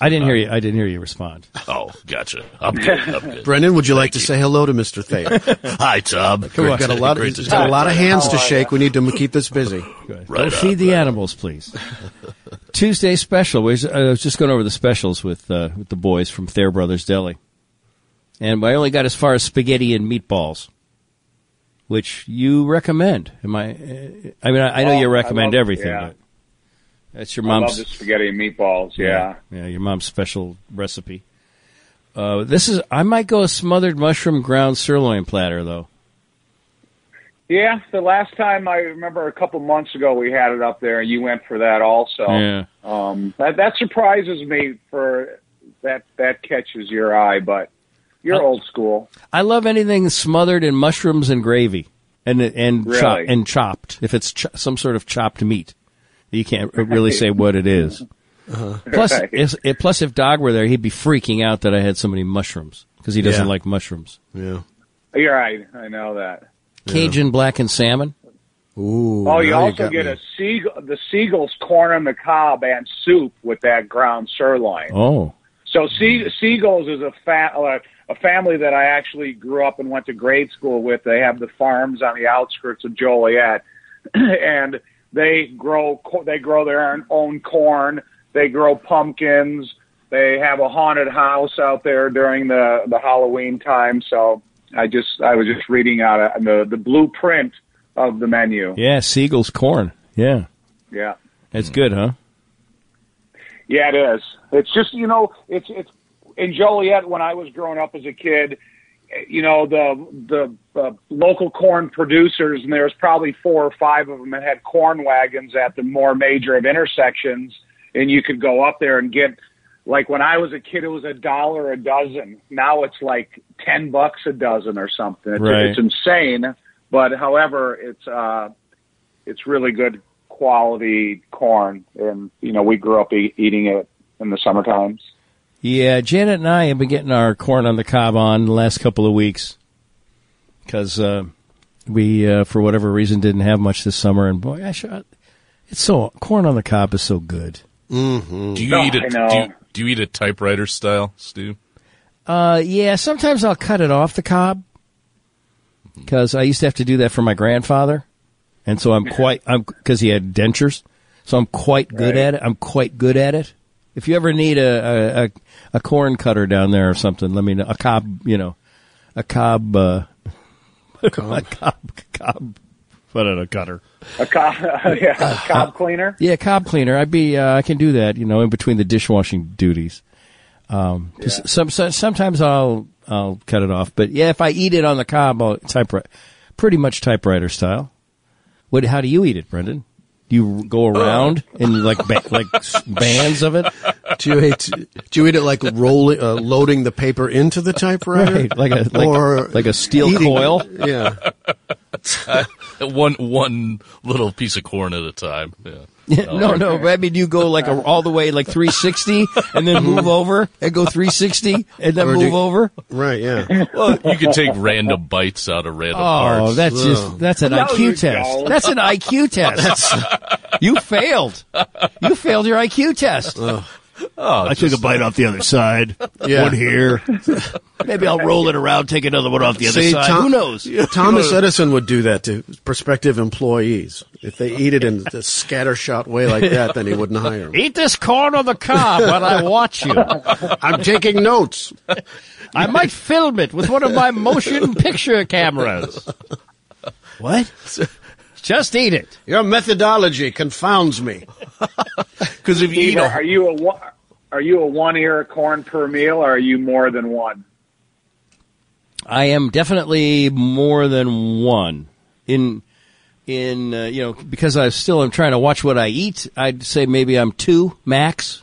I didn't hear you. I didn't hear you respond.
oh, gotcha.
(laughs)
I'm good. I'm good.
Brendan, would you like to say hello to Mr. Thayer?
Hi, Tom.
Come on,
Great
got a
to-
lot of,
great to
he's
talk
got a lot of
to
hands
How
to
are
shake. We need to keep this busy.
Good. (laughs)
Right
Go
on,
feed the animals, please. (laughs) Tuesday special. We was- I was just going over the specials with uh, with the boys from Thayer Brothers Deli, and I only got as far as spaghetti and meatballs, which you recommend. Am I? uh, I mean, I, I know
Oh,
you
I
recommend
love-
everything,
yeah.
but that's your
I
mom's.
love the spaghetti and meatballs. Yeah.
Yeah, your mom's special recipe. Uh, this is I might go a smothered mushroom ground sirloin platter though.
Yeah. The last time I remember a couple months ago we had it up there and you went for that also.
Yeah.
Um that that surprises me for that that catches your eye, but you're old school.
I love anything smothered in mushrooms and gravy and and
Really?
chop, and chopped. If it's ch- some sort of chopped meat, you can't really say what it is. Plus,
(laughs) Right.
if, if- plus if Dog were there, he'd be freaking out that I had so many mushrooms because he doesn't
Yeah.
like mushrooms.
Yeah.
You're right. I know that.
Cajun blackened salmon.
Ooh.
Oh, you
now
also
got
get
me.
a seagull, the seagull's corn on the cob and soup with that ground sirloin.
Oh,
So sea, seagulls is a fa- uh, a family that I actually grew up and went to grade school with. They have the farms on the outskirts of Joliet, (clears throat) and they grow co- they grow their own- own corn. They grow pumpkins. They have a haunted house out there during the the Halloween time. So I just I was just reading out uh, the the blueprint of the menu.
yeah, seagull's corn. Yeah,
Yeah.
it's good, huh?
Yeah, it is. It's just you know, it's it's in Joliet when I was growing up as a kid. eh, You know the the uh, local corn producers, and there's probably four or five of them that had corn wagons at the more major of intersections, and you could go up there and get. Like when I was a kid, it was a dollar a dozen. Now it's like ten bucks a dozen or something. It's,
Right.
it's insane, but however, it's uh, it's really good quality corn, and you know we grew up e- eating it in the summer times.
Yeah, Janet and I have been getting our corn on the cob on the last couple of weeks because uh, we, uh, for whatever reason, didn't have much this summer. And boy, I should, it's so corn on the cob is so good.
Do you
No,
eat
I
it?
know.
Do you, do you eat a typewriter style, Stu?
Uh, yeah, sometimes I'll cut it off the cob because I used to have to do that for my grandfather, and so I'm quite I'm because he had dentures, so I'm quite good
Right.
at it. I'm quite good at it. If you ever need a a, a, a corn cutter down there or something, let me know. A cob, you know, a cob, uh, (laughs) a cob, cob. I don't know, cutter.
A cob, (laughs) yeah,
Uh,
a cob cleaner.
Yeah, cob cleaner. I'd be. Uh, I can do that. You know, in between the dishwashing duties. Um, 'cause some, so- sometimes I'll I'll cut it off, but yeah, if I eat it on the cob, I'll typewriter, pretty much typewriter style. What? How do you eat it, Brendan? Do you go around in like ba- like s- bands of it?
Do you eat? Do you eat it like rolling, uh, loading the paper into the
(laughs)
typewriter,
Right, like a like,
or
like a steel
eating- (laughs)
coil.
Yeah,
one one little piece of corn at a time. Yeah.
(laughs) no, no. but I mean, you go like a, all the way like 360, and then
(laughs)
move over, and go 360, and then
Or do-
move over.
right.
(laughs)
Yeah,
You can take random bites out of random
Oh,
parts.
that's just that's an
No, you
IQ test.
don't.
That's an IQ test. you failed. You failed your IQ test.
I took a bite off the other side.
yeah.
One here. Maybe I'll roll it around, take another one off the other
See,
side.
Tom-
Who knows?
Thomas Edison would do that to prospective employees. If they eat it in a scattershot way like that, then he wouldn't hire
(laughs)
them.
Eat this corn on the cob while I watch you.
I'm taking notes.
I might film it with one of my motion picture cameras. What? Just eat it.
Your methodology confounds me.
because if you eat
Either
a
are you a one, are you a one ear of corn per meal, or are you more than one?
I am definitely more than one in in uh, you know because I still am trying to watch what I eat. I'd say maybe I'm two max,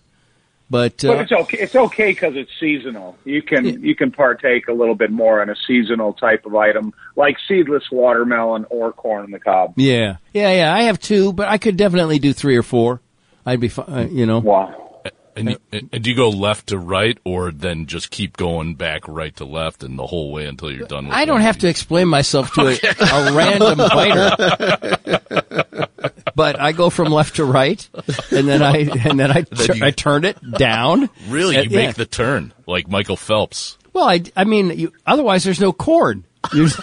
but,
But
uh,
it's okay. It's okay because it's seasonal. You can you can partake a little bit more in a seasonal type of item, like seedless watermelon or corn on the cob.
yeah, yeah, yeah. I have two, but I could definitely do three or four. I'd be fine, uh, you know.
Wow.
and, you- and do you go left to right or then just keep going back right to left and the whole way until you're done? with
I
one
don't
of
have to
these?
explain myself to a, a random biter, but I go from left to right, and then I and then I
Then you-
I turn it down.
Really,
Uh,
you make
yeah.
the turn like Michael Phelps.
Well, I, I mean, you, otherwise there's no corn. You're, (laughs)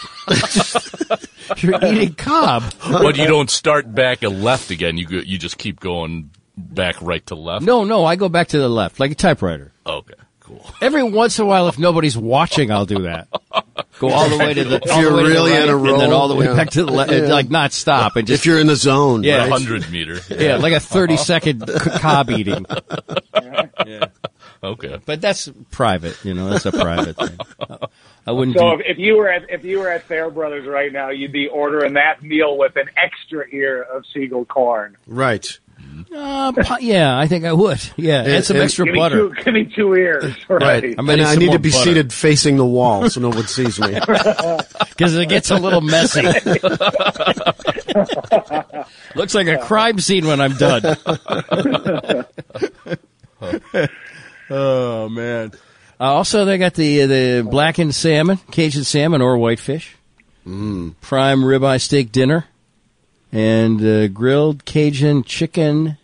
you're eating cob.
but you don't start back and left again. You go, you just keep going back right to left.
No, no, I go back to the left, like a typewriter.
Okay. Cool.
Every once in a while, if nobody's watching, I'll do that. Go all the way to the,
If
all the
you're
way to the
really
right,
in a
and then
roll,
all the way
yeah.
back to the left,
Yeah.
like not stop and just
If you're in the zone,
Yeah.
right?
Hundred meter.
yeah, like a thirty second c- cob eating.
Okay.
But that's private, you know. That's a private thing. I wouldn't.
So
do,
if, if you were at if you were at Fair Brothers right now, you'd be ordering that meal with an extra ear of seagull corn.
right.
uh, po- yeah, I think I would. Yeah, and,
And-
some
and-
extra
Give
butter.
me two. Give me two ears. (laughs)
Right.
Right.
I'm gonna
and
need
I
some
need
more
to be
butter.
seated facing the wall so no one sees me.
because it gets a little messy. Looks like a crime scene when I'm done. (laughs) Uh, oh man! Uh, also, they got the the blackened salmon, Cajun salmon, or whitefish, prime ribeye steak dinner, and uh, grilled Cajun chicken,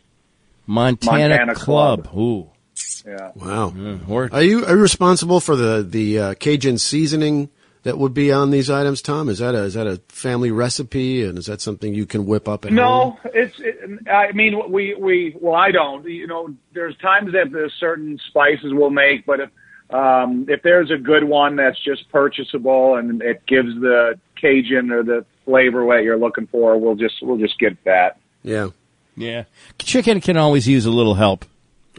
Montana,
Montana
club. Ooh, Mm,
Yeah.
Wow.
or
Are you are you responsible for the the uh, Cajun seasoning that would be on these items, Tom? Is that a is that a family recipe, and is that something you can whip up at home?
No, it's. It, I mean, we we well, I don't. You know, there's times that there's certain spices we'll make, but if um, if there's a good one that's just purchasable and it gives the Cajun or the flavor what you're looking for, we'll just we'll just get that.
Yeah.
yeah, chicken can always use a little help.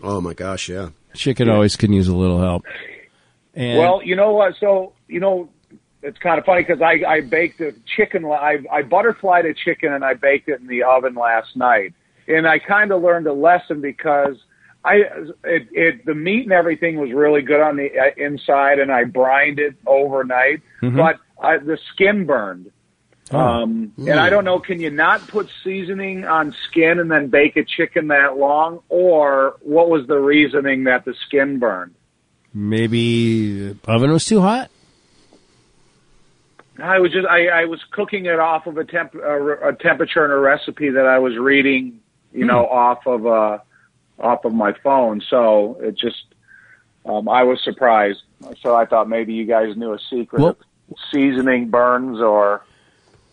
Oh my gosh. Yeah.
Chicken always can use a little help. And
Well, you know what? So you know, it's kind of funny because I I baked a chicken. la- I I butterflied a chicken and I baked it in the oven last night, and I kind of learned a lesson because I it it the meat and everything was really good on the uh, inside, and I brined it overnight, but I, the skin burned. Um, and I don't know, can you not put seasoning on skin and then bake a chicken that long, or what was the reasoning that the skin burned?
Maybe the oven was too hot.
I was just I, I was cooking it off of a temp a, re- a temperature and a recipe that I was reading, you know, off of uh off of my phone. So it just um, I was surprised. So I thought maybe you guys knew a secret.
Well-
Seasoning burns or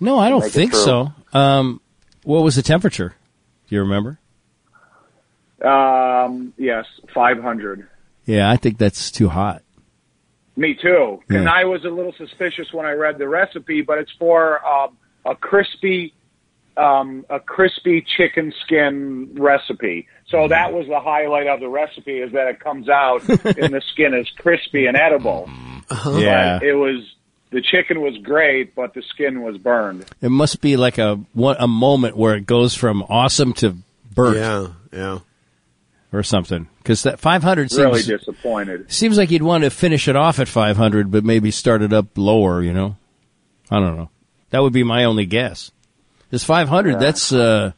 No, I don't
Make it
think
true.
so. Um, what was the temperature? Do you remember?
um yes, 500.
Yeah, I think that's too hot.
Me too. And
Yeah.
I was a little suspicious when I read the recipe, but it's for um, a crispy, um, a crispy chicken skin recipe.
Mm-hmm.
So that was the highlight of the recipe is that it
(laughs)
comes out and the skin is crispy and edible.
Yeah,
It was the chicken was great, but the skin was burned.
it must be like a one, a moment where it goes from awesome to burnt.
Yeah. Yeah.
or something. Because that 500 seems
Really disappointed.
seems like you'd want to finish it off at 500, but maybe start it up lower. You know, I don't know. That would be my only guess. Is 500? That's uh,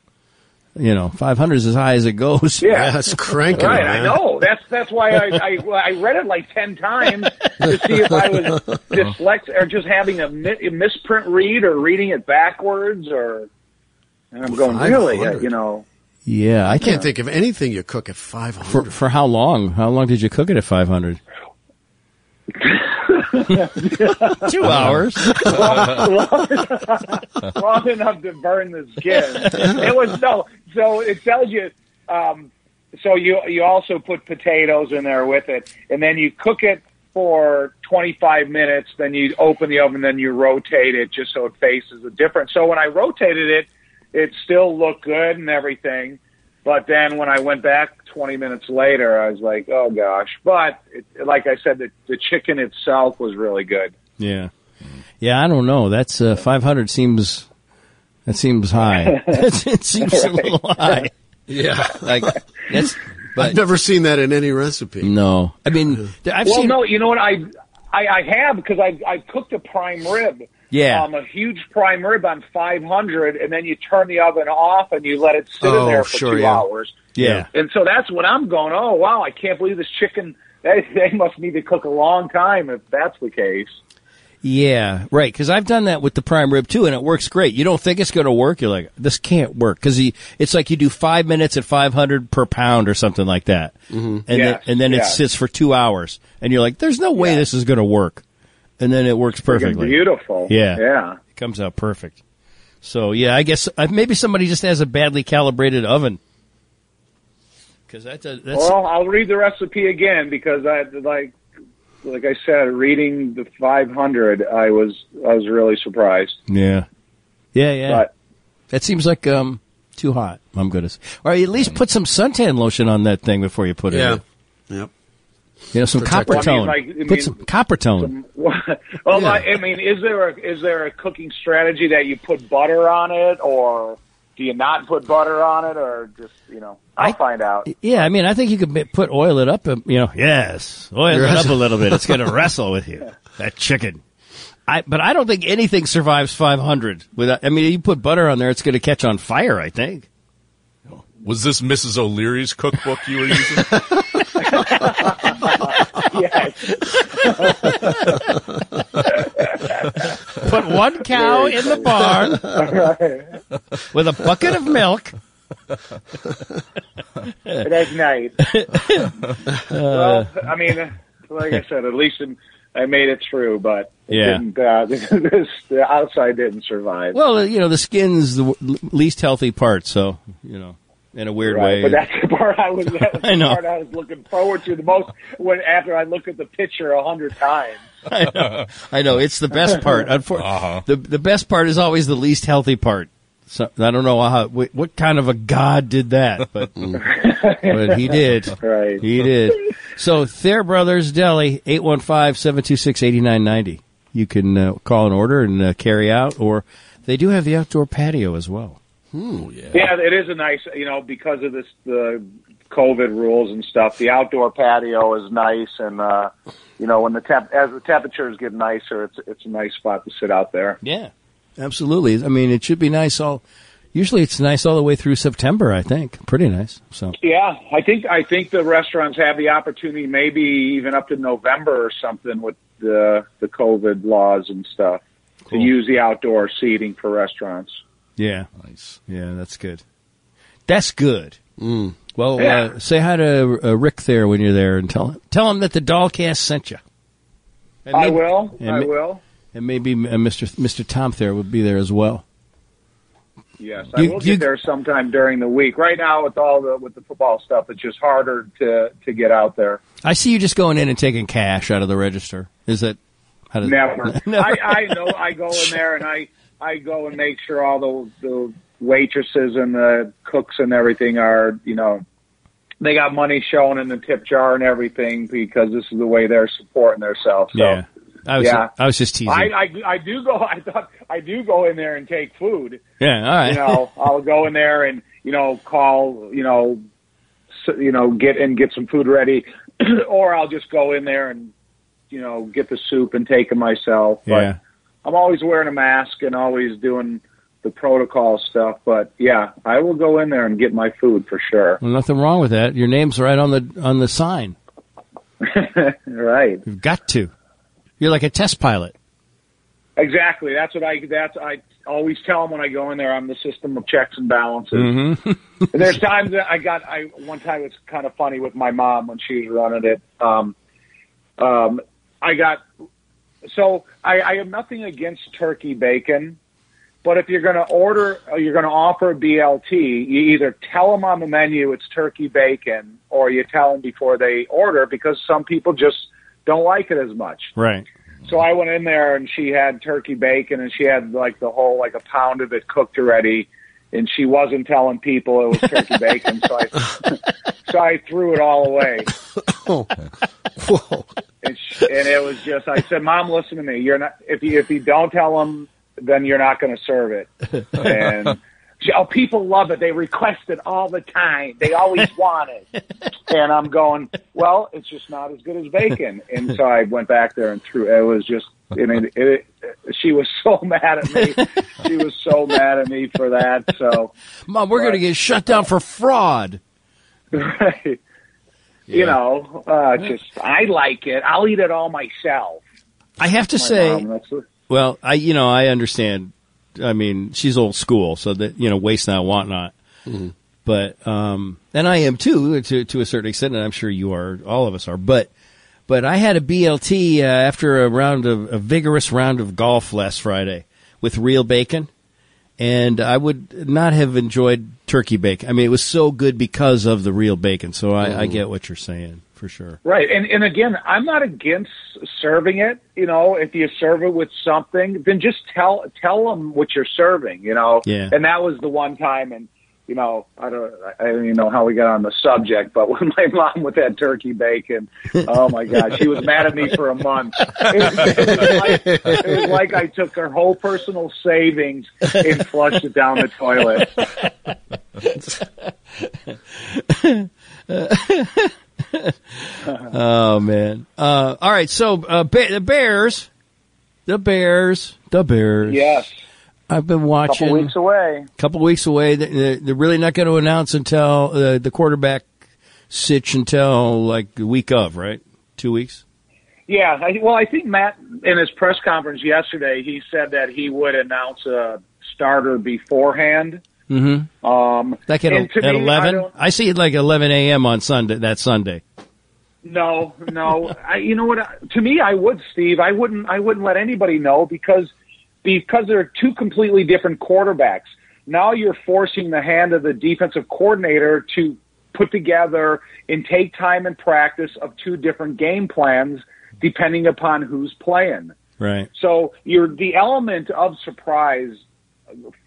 you know, 500 is as high as it goes.
Yeah.
That's cranking.
Right,
man.
I know. That's that's why I I, well, I read it like ten times to see if I was dyslexic or just having a, mi- a misprint read or reading it backwards or. And I'm going really,
500.
you know.
(laughs) Yeah, I
I can't
can't.
think of anything you cook at 500.
(laughs) For for how long? How long did you cook it at
(laughs)
500? Two hours.
long enough to burn the skin. It was no. So it tells you. Um, so you you also put potatoes in there with it, and then you cook it for 25 minutes. Then you open the oven, then you rotate it just so it faces the different. So when I rotated it, it still looked good and everything. But then when I went back 20 minutes later, I was like, oh gosh. But it, like I said, the, the chicken itself was really good.
Yeah. Yeah, I don't know. That's uh, 500 seems that seems
(laughs)
high. (laughs) it seems a little high.
Yeah.
Like that's
I've
(laughs)
but Mm,
never seen that in any recipe.
no. I mean, th- I've
well,
seen
no, you know what I I, I have because I I cooked a prime rib.
Yeah.
Um, a huge prime rib on 500, and then you turn the oven off and you let it sit
Oh,
in there for
sure,
two
yeah.
hours.
Yeah.
And so that's what I'm going. Oh wow, I can't believe this chicken. (laughs) They, they must need to cook a long time if that's the case.
Yeah, right. Because I've done that with the prime rib too, and it works great. You don't think it's going to work. You're like, this can't work because it's like you do five minutes at 500 per pound or something like that, mm-hmm. and
Yes,
then, and then it
yes.
sits for two hours, and you're like, there's no way
Yeah.
this is going to work, and then it works perfectly.
Beautiful.
Yeah.
Yeah.
It comes out perfect. So yeah, I guess uh, maybe somebody just has a badly calibrated oven. Because that's a, that's
Well, I'll read the recipe again because I like like I said, reading the 500, I was I was really surprised.
yeah, yeah, yeah.
But
That seems like um too hot. I'm gonna. s- Or at least put some suntan lotion on that thing before you put it.
Yeah.
in.
Yep.
You know, some
Protect
copper
it. Well, I
tone.
mean, like, I
put
mean-
some copper tone.
(laughs) well, I, I mean, is there a, is there a cooking strategy that you put butter on it, or do you not put butter on it, or just you know? I'll
I-
find out.
Yeah, I mean, I think you could ma- put oil it up. um, You know, yes, oil it up a little bit. It's (laughs) gonna wrestle with you. That chicken. I, but I don't think anything survives 500. Without, I mean, you put butter on there, it's going to catch on fire. I think.
Was this Mrs. O'Leary's cookbook you were (laughs) using?
Yes,
Put one cow in the barn (laughs) with a bucket of milk. (laughs)
that night.
Uh,
well, I mean, like I said, at least in, I made it through, but it
Yeah.
didn't, uh, (laughs) this, the outside didn't survive.
Well, you know, the skin's the w- least healthy part, so you know, in a weird
Right,
way.
but that's the part
(laughs)
I was. That was
I know.
the part I was looking forward to the most when after I looked at the picture a hundred times.
I know, I know it's the best
(laughs)
part. Unfor-
Uh-huh.
The the best part is always the least healthy part. So I don't know how wh- what kind of a god did that, but
(laughs) Mm.
but he did.
Right.
He did. So Thayer Brothers Deli 815-726-8990. You can uh, call an order and uh, carry out or they do have the outdoor patio as well.
Yeah, it is a nice, you know, because of this the COVID rules and stuff. The outdoor patio is nice, and uh, you know, when the temp as the temperatures get nicer, it's it's a nice spot to sit out there.
Yeah, absolutely. I mean, it should be nice all. Usually, it's nice all the way through September. I think pretty nice. So
Yeah, I think I think the restaurants have the opportunity, maybe even up to November or something, with the the COVID laws and stuff,
Cool.
to use the outdoor seating for restaurants.
yeah,
nice.
yeah, that's good. That's good. Mm. Well,
Yeah.
uh, say hi to uh, Rick there when you're there, and tell him tell him that the Dollcast sent you. And
I
maybe-
will.
and
I
may-
will.
And maybe uh, Mr. Mr. Tom there would be there as well.
Yes,
You-
I will
you-
get there sometime during the week. Right now, with all the with the football stuff, it's just harder to to get out there.
I see you just going in and taking cash out of the register. Is that how does (laughs)
Never.
Never.
I, I know. I go in there and I I go and make sure all the the waitresses and the cooks and everything are you know they got money shown in the tip jar and everything because this is the way they're supporting themselves. So.
yeah. I was
Yeah.
I was just teasing.
I, I, I do go (laughs) I thought I do go in there and take food.
yeah, all right.
You know, I'll go in there and you know call you know s- you know, get and get some food ready, (clears throat) or I'll just go in there and, you know, get the soup and take it myself.
(laughs) Yeah.
But I'm always wearing a mask and always doing the protocol stuff. But yeah, I will go in there and get my food for sure.
Well, nothing wrong with that. Your name's right on the on the sign.
Right.
You've got to. You're like a test pilot.
Exactly. That's what I. That's I always tell them when I go in there. I'm the system of checks and balances.
Mm-hmm.
And there's times that I got. I one time it's kind of funny with my mom when she was running it. Um, um, I got. So I, I have nothing against turkey bacon, but if you're going to order, or you're going to offer a BLT, you either tell them on the menu it's turkey bacon, or you tell them before they order because some people just don't like it as much.
Right.
So I went in there and she had turkey bacon and she had like the whole like a pound of it cooked already, and she wasn't telling people it was turkey bacon. So I so I threw it all away.
Whoa.
And, she, and it was just I said, Mom, listen to me. You're not if you if you don't tell them, then you're not going to serve it. And she, oh, people love it. They request it all the time. They always want it. And I'm going, well, it's just not as good as bacon. And so I went back there and threw. It was just. I mean, it, it, she was so (laughs) mad at me. She was so mad at me for that. So, (laughs)
Mom, we're going to get shut down for fraud.
you know, uh, just I like it. I'll eat it all myself.
I have to
My
say.
mom, that's what-
Well, I you know I understand. I mean, she's old school, so that you know, waste not, want not. But um, and I am too, to to a certain extent, and I'm sure you are. All of us are. But but I had a BLT uh, after a round of a vigorous round of golf last Friday with real bacon, and I would not have enjoyed turkey bacon. I mean, it was so good because of the real bacon. So I, I get what you're saying for sure.
Right, and and again, I'm not against serving it. You know, if you serve it with something, then just tell tell them what you're serving. You know,
Yeah.
And that was the one time, and you know, I don't I don't even know how we got on the subject, but (laughs) when my mom with that turkey bacon, oh my gosh, she was mad at me for a month. It was, it was like, it was like I took her whole personal savings and flushed it down the toilet.
Oh man! Uh, all right, so uh, ba- the Bears, the Bears, the Bears.
Yes,
I've been
a couple
watching.
weeks away.
couple weeks away. They- they- They're really not going to announce until uh, the quarterback sitch until like the week of, right? Two weeks.
Yeah, I, well, I think Matt in his press conference yesterday he said that he would announce a starter beforehand. Mm-hmm. Um,
Like at,
And to
at
me, I
eleven.
don't-
I, see it like eleven a.m. on Sunday. That Sunday.
no, no, (laughs) I, you know what? To me, I would, Steve. I wouldn't. I wouldn't let anybody know because because they're two completely different quarterbacks. Now you're forcing the hand of the defensive coordinator to put together and take time and practice of two different game plans depending upon who's playing.
Right.
So you're the element of surprise.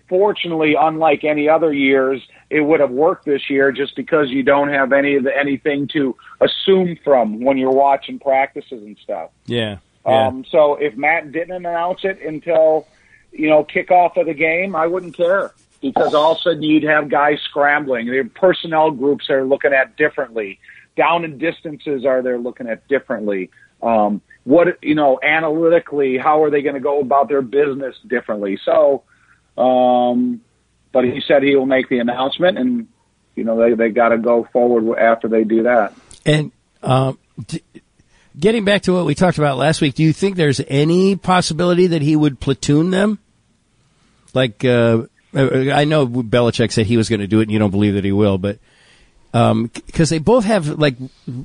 Fortunately, unlike any other years, it would have worked this year just because you don't have any of the, anything to assume from when you're watching practices and stuff.
Yeah. Yeah.
Um, so if Matt didn't announce it until you know kickoff of the game, I wouldn't care because all of a sudden you'd have guys scrambling. Their personnel groups are looking at differently. Down and distances are they're looking at differently. Um, what you know analytically, how are they going to go about their business differently? So, um, but he said he will make the announcement, and you know they they got to go forward after they do that.
And um, d- getting back to what we talked about last week, do you think there's any possibility that he would platoon them? Like, uh, I know Belichick said he was going to do it, and you don't believe that he will, but because they both have like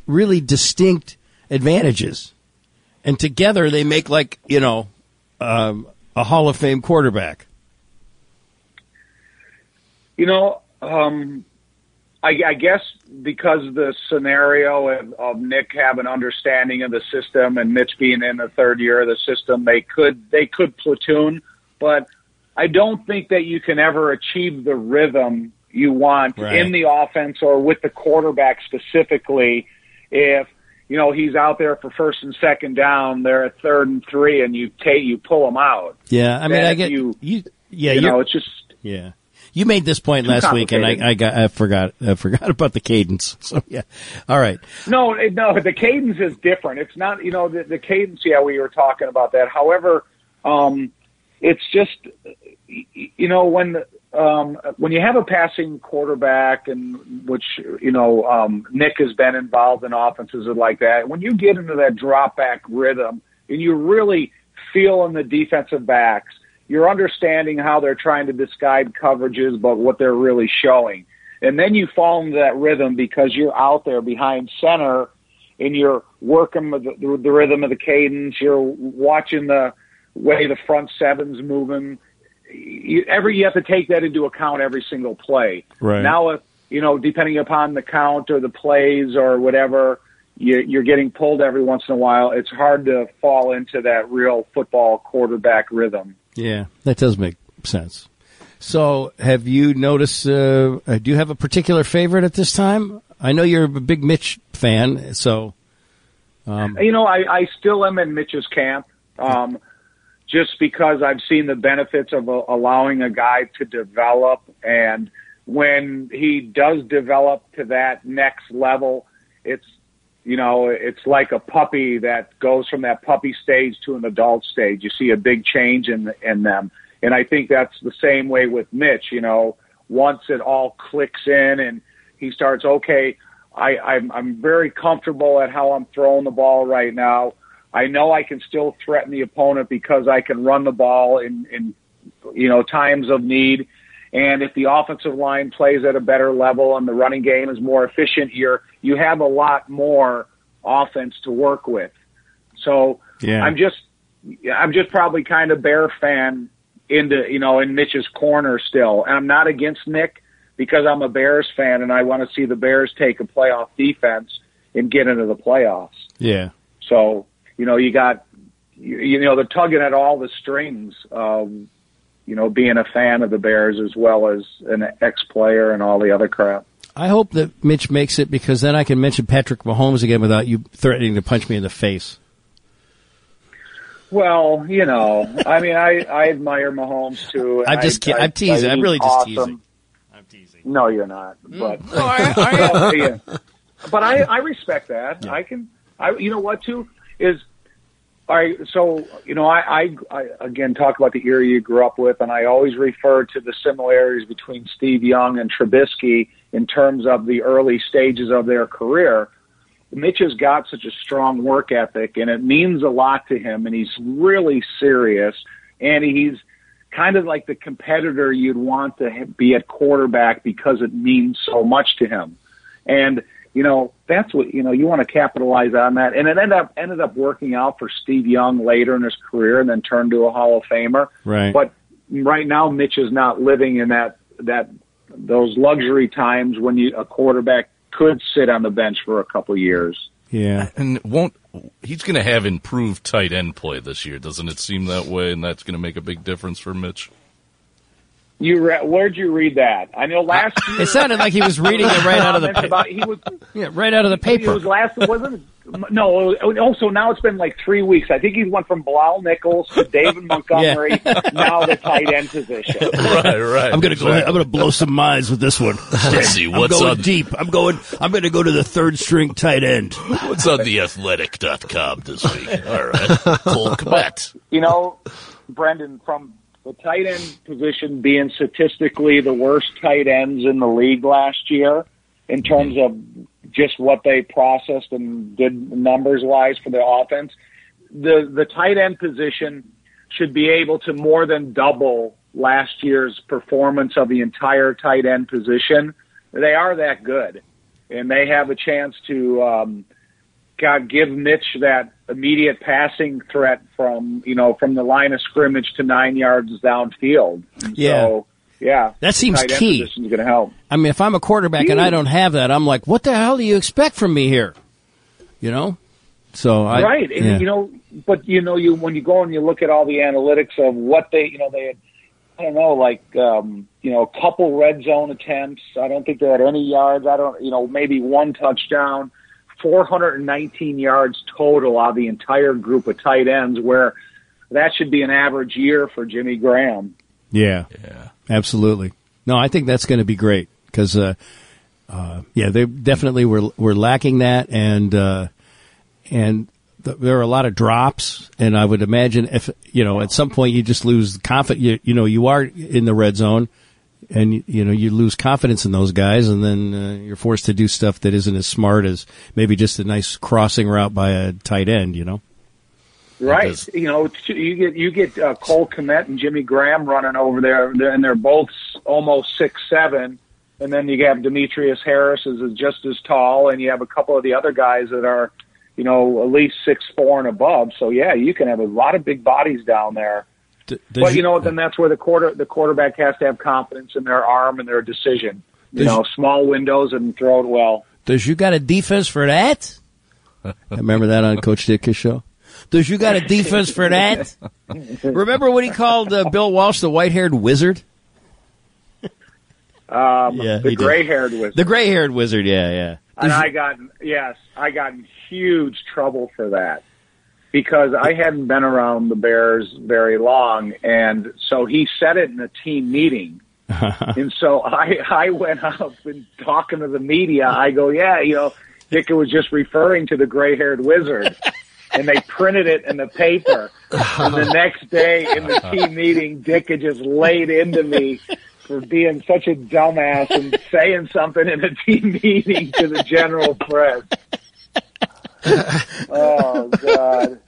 really distinct advantages, and together they make like you know um, a Hall of Fame quarterback.
You know, um, I, I guess because the scenario of, of Nick have an understanding of the system and Mitch being in the third year of the system, they could they could platoon, but I don't think that you can ever achieve the rhythm you want
Right.
in the offense or with the quarterback specifically if you know he's out there for first and second down, they're at third and three, and you take you pull him out.
Yeah, I mean,
Then
I
if
get
you-
you yeah,
you
you're-
know, it's just
Yeah. You made this point last week, and I, I got I forgot I forgot (laughs) about the cadence. So yeah, all right.
No, it- no, the cadence is different. It's not, you know, the, the cadence. Yeah, we were talking about that. However, um, it's just, y- y- you know, when um, when you have a passing quarterback, and which you know, um, Nick has been involved in offenses like that. When you get into that drop back rhythm, and you really feel in the defensive backs, you're understanding how they're trying to disguise coverages, but what they're really showing. And then you fall into that rhythm because you're out there behind center and you're working with the, the rhythm of the cadence. You're watching the way the front seven's moving. You, every you have to take that into account every single play.
Right.
now, if you know, depending upon the count or the plays or whatever, you, you're getting pulled every once in a while. It's hard to fall into that real football quarterback rhythm.
Yeah, that does make sense. So, have you noticed? Uh, uh, do you have a particular favorite at this time? I know you're a big Mitch fan, so um,
Um, you know, I, I still am in Mitch's camp, um, just because I've seen the benefits of uh, allowing a guy to develop, and when he does develop to that next level, it's you know, it's like a puppy that goes from that puppy stage to an adult stage. You see a big change in in them, and I think that's the same way with Mitch. You know, once it all clicks in and he starts, okay, I, I'm I'm very comfortable at how I'm throwing the ball right now. I know I can still threaten the opponent because I can run the ball in, in you know times of need. And if the offensive line plays at a better level and the running game is more efficient here, you have a lot more offense to work with. So
Yeah.
I'm just I'm just probably kind of bear fan into you know in Mitch's corner still, and I'm not against Nick because I'm a Bears fan and I want to see the Bears take a playoff defense and get into the playoffs.
yeah,
So, you know, you got, you, you know, they're tugging at all the strings, um, you know, being a fan of the Bears as well as an ex player and all the other crap.
I hope that Mitch makes it because then I can mention Patrick Mahomes again without you threatening to punch me in the face.
Well, you know, I mean, I, I admire Mahomes too.
I'm just
I-
kid-
I-
I'm teasing.
I
I'm
think
really
he's
just
awesome.
teasing.
No, you're not. But
No, Mm. Oh, I, I,
(laughs) Well, yeah. But I, I respect that. I can. I you know what too is. All right, so you know, I, I, I again talk about the era you grew up with, and I always refer to the similarities between Steve Young and Trubisky in terms of the early stages of their career. Mitch has got such a strong work ethic, and it means a lot to him, and he's really serious, and he's kind of like the competitor you'd want to ha- be at quarterback because it means so much to him. And you know that's what you know you want to capitalize on that. And it ended up ended up working out for Steve Young later in his career, and then turned to a Hall of Famer.
Right.
But right now, Mitch is not living in that that those luxury times when you a quarterback could sit on the bench for a couple years.
Yeah,
And won't he's going to have improved tight end play this year? Doesn't it seem that way? And that's going to make a big difference for Mitch.
You re- where'd you read that? I know last year
it sounded like he was reading it right out of the
comments
pa-
(laughs) about he was
yeah, right out of the
It
paper.
was last, wasn't it? No, also now it's been like three weeks. I think he went from Blau Nichols
(laughs)
to David Montgomery, now the tight end position.
(laughs) Right, right.
I'm gonna go. I'm gonna blow some minds with
(laughs)
this one.
Let's see
I'm
what's
going
on
deep. I'm going. I'm gonna go to the third string tight end.
what's on the athletic.com this week. All right, Cole Kmet.
You know, Brendan, from the tight end position being statistically the worst tight ends in the league last year in terms of just what they processed and did numbers wise for the offense, the the tight end position should be able to more than double last year's performance of the entire tight end position. They are that good, and they have a chance to um, God give Mitch that immediate passing threat from you know from the line of scrimmage to nine yards downfield.
Yeah.
So, yeah,
That seems
tight end
key.
Position's going to help.
I mean, if I'm a quarterback and I don't have that, I'm like, what the hell do you expect from me here? You know? So I
right. And,
yeah.
You know, but you know, you when you go and you look at all the analytics of what they, you know, they had, I don't know, like um, you know, a couple red zone attempts. I don't think they had any yards. I don't, you know, maybe one touchdown. 419 yards total out of the entire group of tight ends, where that should be an average year for Jimmy Graham.
yeah, absolutely. No, I think that's going to be great because, uh, uh, yeah, they definitely were were lacking that, and uh, and th- there are a lot of drops, and I would imagine if you know at some point you just lose confidence. You, you know, you are in the red zone, and you, you know you lose confidence in those guys, and then uh, you're forced to do stuff that isn't as smart as maybe just a nice crossing route by a tight end. You know.
Because-
Right. You know, t- you get you get uh, Cole Komet and Jimmy Graham running over there, they're- and they're both s- almost six seven. And then you have Demetrius Harris is just as tall, and you have a couple of the other guys that are, you know, at least six four and above. So yeah, you can have a lot of big bodies down there.
D-
but
does
you, know what? Then that's where the quarter the quarterback has to have confidence in their arm and their decision. You
Does-
know, small windows and throw it well.
Does you got a defense for that? I (laughs) remember that on Coach Ditka's show. Does you got a defense for
(laughs)
that? remember what he called uh, Bill Walsh the white-haired wizard?
Um,
Yeah, he
the
did.
gray haired was
The gray-haired wizard, yeah, yeah.
and I got yes, I got in huge trouble for that because I hadn't been around the Bears very long, and so he said it in a team meeting. and so I I went up and talking to the media. I go, yeah, you know, Dicker was just referring to the gray haired wizard. And they printed it in the paper. And the next day in the team meeting, Dick had just laid into me for being such a dumbass and saying something in a team meeting to the general press. Oh God!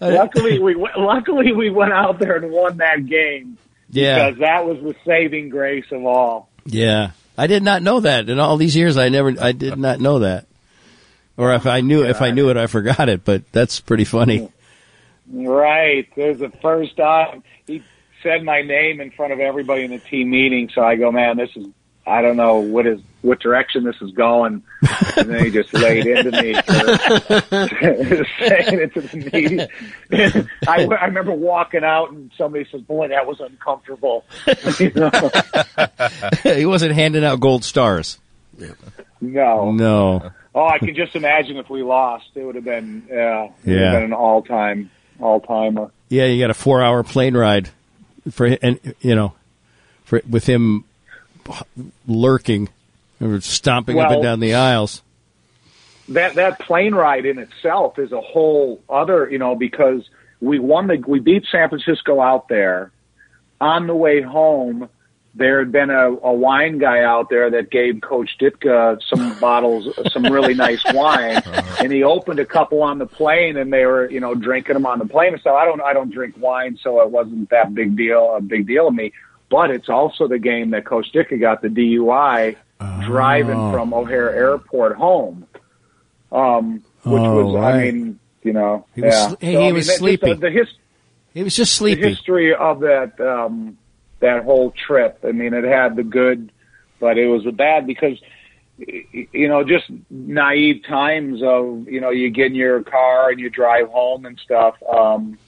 Luckily, we went- luckily we went out there and won that game
Yeah,
because that was the saving grace of all.
yeah. I did not know that. In all these years, I never, I did not know that. Or if I knew, if I knew it, I forgot it. But that's pretty funny. (laughs)
Right. There's the first time he said my name in front of everybody in the team meeting. So I go, man, this is I don't know what is what direction this is going. And then he just laid into me for (laughs) saying it to the media. (laughs) I, I remember walking out and somebody says, boy, that was uncomfortable. (laughs) You know?
he wasn't handing out gold stars.
No.
No.
Oh, I can just imagine if we lost, it would have been yeah, it would
Yeah.
have been an all time all timer.
Yeah, you got a four-hour plane ride for, and you know, for with him lurking or stomping up and
Well-
down the aisles.
that that plane ride in itself is a whole other, you know, because we won the we beat San Francisco out there. On the way home, there had been a, a wine guy out there that gave Coach Ditka some bottles, some really nice wine, and he opened a couple on the plane, and they were, you know, drinking them on the plane. So I don't, I don't drink wine, so it wasn't that big deal, a big deal to me. But it's also the game that Coach Ditka got the DUI driving from O'Hare Airport home um, which
Oh,
was, I
right.
mean, you know,
He was
yeah.
sl- he was
that- just uh,
sleepy.
The, the, his,
He was just
the
sleepy.
history of that um, that whole trip. I mean, it had the good, but it was the bad because y- y- you know just naive times of you know you get in your car and you drive home and stuff. Um,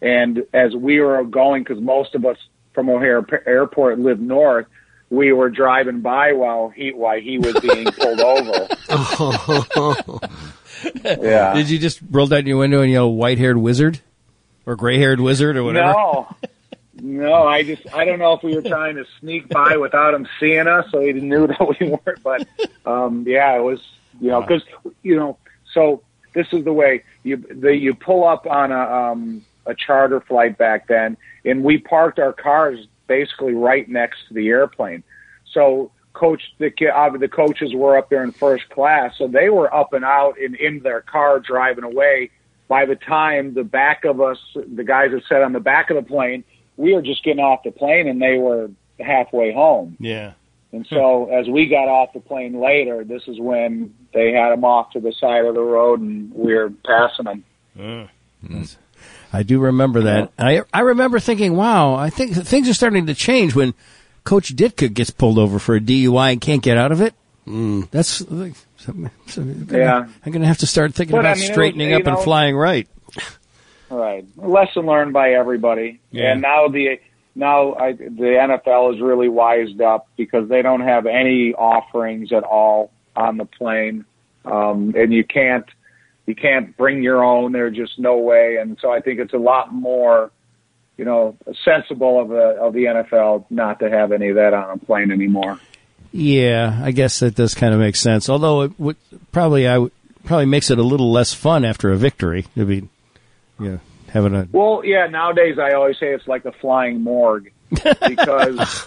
and as we were going, because most of us from O'Hare P- Airport live north. We were driving by while he while he was being
(laughs)
pulled over. yeah.
Did you just roll down your window and yell "white-haired wizard" or "gray-haired wizard" or whatever?
No. No, I just I don't know if we were trying to sneak by without him seeing us, so he knew (laughs) that we weren't. But um, yeah, it was you know because you know so this is the way you the, you pull up on a um, a charter flight back then, and we parked our cars basically right next to the airplane. So coach the ki- uh, the coaches were up there in first class, so they were up and out and in their car driving away. By the time the back of us, the guys that sat on the back of the plane, we were just getting off the plane, and they were halfway home.
Yeah.
And so as we got off the plane later, this is when they had them off to the side of the road, and we were passing them.
I do remember that. I I remember thinking, "Wow, I think things are starting to change when Coach Ditka gets pulled over for a DUI and can't get out of it." Mm. That's like, something- something-
Yeah.
I'm going to have to start thinking
But,
about
I mean, it was-
straightening
you
up and
know-
flying right.
Right. Lesson learned by everybody.
Yeah.
And now the now I, the NFL is really wised up because they don't have any offerings at all on the plane, um, and you can't you can't bring your own. There's just no way. And so I think it's a lot more you know, sensible of the of the NFL not to have any of that on a plane anymore.
Yeah, I guess that does kind of make sense. Although it would probably I would, probably makes it a little less fun after a victory. I mean, yeah, having a
Well, yeah, nowadays I always say it's like the flying morgue because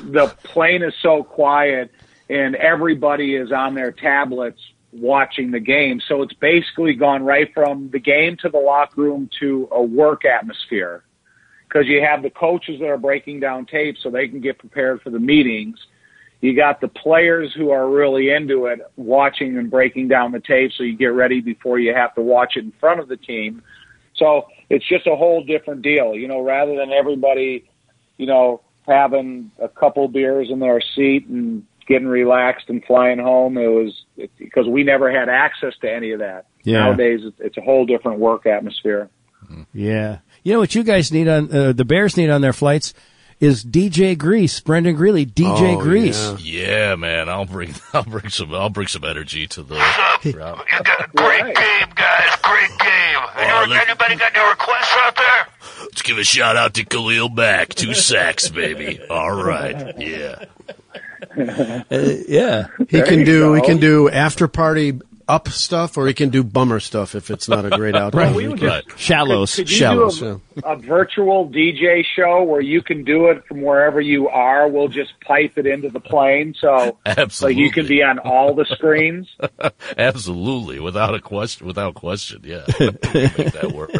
the plane is so quiet and everybody is on their tablets watching the game. So it's basically gone right from the game to the locker room to a work atmosphere because you have the coaches that are breaking down tape so they can get prepared for the meetings. You got the players who are really into it watching and breaking down the tape so you get ready before you have to watch it in front of the team. So it's just a whole different deal, you know, rather than everybody, you know, having a couple beers in their seat and getting relaxed and flying home. It was because we never had access to any of that.
Yeah.
Nowadays, it's- it's a whole different work atmosphere.
yeah. You know what you guys need on uh, the Bears need on their flights is DJ Grease, Brendan Greeley, DJ
Oh,
Grease.
yeah.
Yeah, man, I'll bring (laughs) I'll bring some I'll bring some energy to the route.
Great
Right.
game, guys. Great game.
Oh,
Any-
look-
anybody got any requests out there?
Let's give a shout out to Khalil Mack, two sacks, baby. All right, yeah.
Yeah.
He
There
can
you
do he
go.
can do after party up stuff, or he can do bummer stuff if it's not a
(laughs)
great outcome.
we would
But
Shallows.
Could you
Shallows,
do a, a virtual DJ show where you can do it from wherever you are? We'll just pipe it into the plane, so
Absolutely.
like you can be on all the screens.
absolutely, without a question, without question, yeah. Make that work.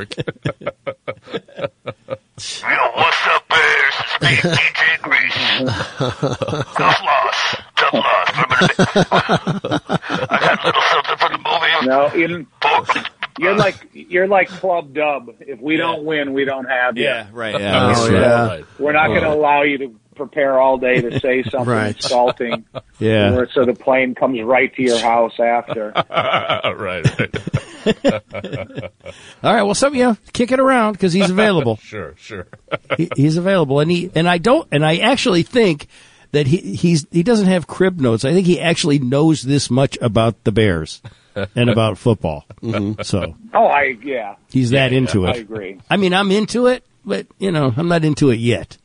Yo, what's up, Bears?
(laughs)
It's me, DJ Grease. Tough loss. Tough loss.
(laughs)
I got a little something for the movie.
No, you-
Folks,
you're like you're like Club Dub. If we don't win, we don't have you.
right.
Oh,
That's
yeah.
right.
We're not going to allow you to prepare all day to say something
Right.
insulting,
Yeah.
or so the plane comes right to your house after.
All right, right. (laughs)
All right, well some you know, kick it around cuz he's
(laughs)
available.
Sure, sure.
he, he's available and he and I don't and I actually think that he he's he doesn't have crib notes. I think he actually knows this much about the Bears
(laughs)
and about football.
Mm-hmm.
So
Oh, I yeah,
he's that into
I
it.
agree.
I mean, I'm into it, but you know, I'm not into it yet.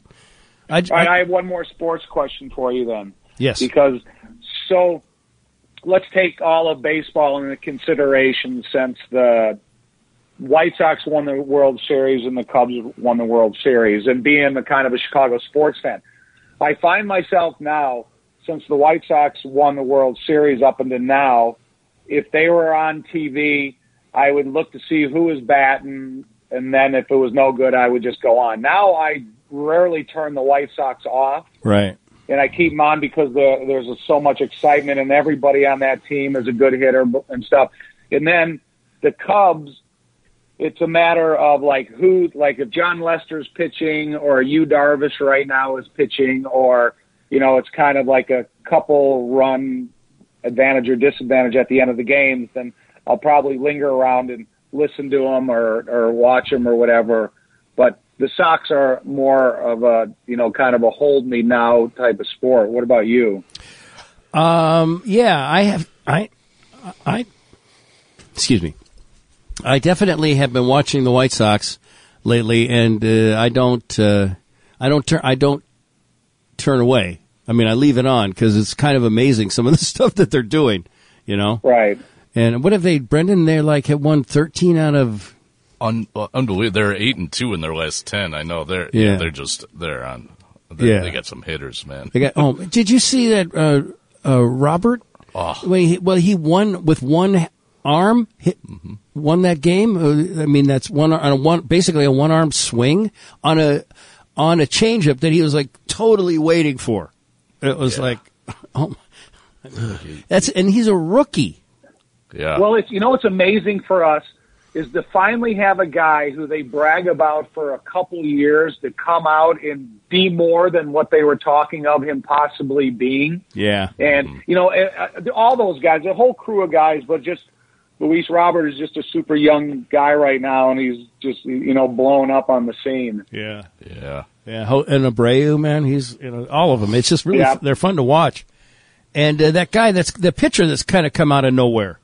I,
All right, I have one more sports question for you then.
yes,
Because so let's take all of baseball into consideration since the White Sox won the World Series and the Cubs won the World Series. And being the kind of a Chicago sports fan, I find myself now, since the White Sox won the World Series up until now, if they were on TV, I would look to see who was batting, and then if it was no good, I would just go on. Now I rarely turn the White Sox off
right.
and I keep them on because the, there's so much excitement and everybody on that team is a good hitter and stuff. And then the Cubs, it's a matter of like who, like if John Lester's pitching or you Darvish right now is pitching or, you know, it's kind of like a couple run advantage or disadvantage at the end of the games, then I'll probably linger around and listen to them or, or watch them or whatever. But the Sox are more of a, you know, kind of a hold me now type of sport. What about you?
Yeah, I have. I, I. Excuse me. I definitely have been watching the White Sox lately, and uh, I don't. Uh, I don't turn. I don't turn away. I mean, I leave it on because it's kind of amazing some of the (laughs) stuff that they're doing. You know,
Right.
and what have they, Brendan? They're like had won thirteen out of
Un- uh, unbelievable. They're eight and two in their last ten. I know. They're
Yeah.
yeah. They're just they're on. They,
Yeah.
they got some hitters, man.
They got oh, Did you see that uh, uh, Robert? When he, well, he won with one arm, hit, won that game. Uh, I mean, that's one on a one, basically a one arm swing on a on a changeup that he was like totally waiting for. It was like, (laughs) oh, my- that's and he's a rookie.
Yeah.
Well, it's you know what's amazing for us is to finally have a guy who they brag about for a couple years to come out and be more than what they were talking of him possibly being.
Yeah,
And you know, uh, uh, all those guys, the whole crew of guys, but just Luis Robert is just a super young guy right now, and he's just you know blown up on the scene.
yeah,
yeah.
yeah. Ho- And Abreu, man, he's you know all of them. It's just really
Yeah.
they're fun to watch. And uh, that guy, that's the pitcher that's kind of come out of nowhere.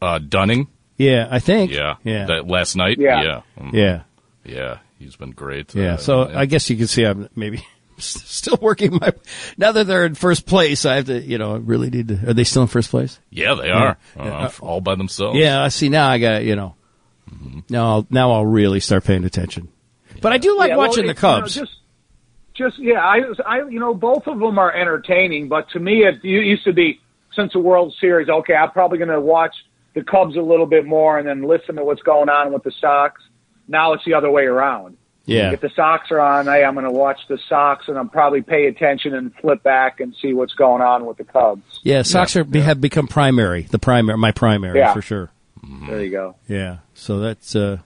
Uh, Dunning.
Yeah, I think.
Yeah.
yeah.
That last night.
Yeah.
Yeah. Mm,
Yeah.
yeah. he's been great.
Yeah,
Uh,
so
and-
I guess you can see I'm maybe (laughs) still working my. Now that they're in first place, I have to, you know, I really need to. Are they still in first place?
yeah, they are
Yeah.
Uh, all by themselves.
Yeah, I see. Now I got, you know, now I'll, now I'll really start paying attention. But I do like
Yeah, well,
watching
it-
the Cubs.
you know, just, just yeah, I, I, you know, both of them are entertaining. But to me, it u- used to be since the World Series. Okay, I'm probably going to watch the Cubs a little bit more and then listen to what's going on with the Sox. Now it's the other way around.
yeah,
If the Sox are on, hey, I'm going to watch the Sox and I'm probably pay attention and flip back and see what's going on with the Cubs.
yeah. Sox are, have become primary, the primary, my primary
Yeah.
for sure. Mm-hmm.
There you go.
Yeah. So that's uh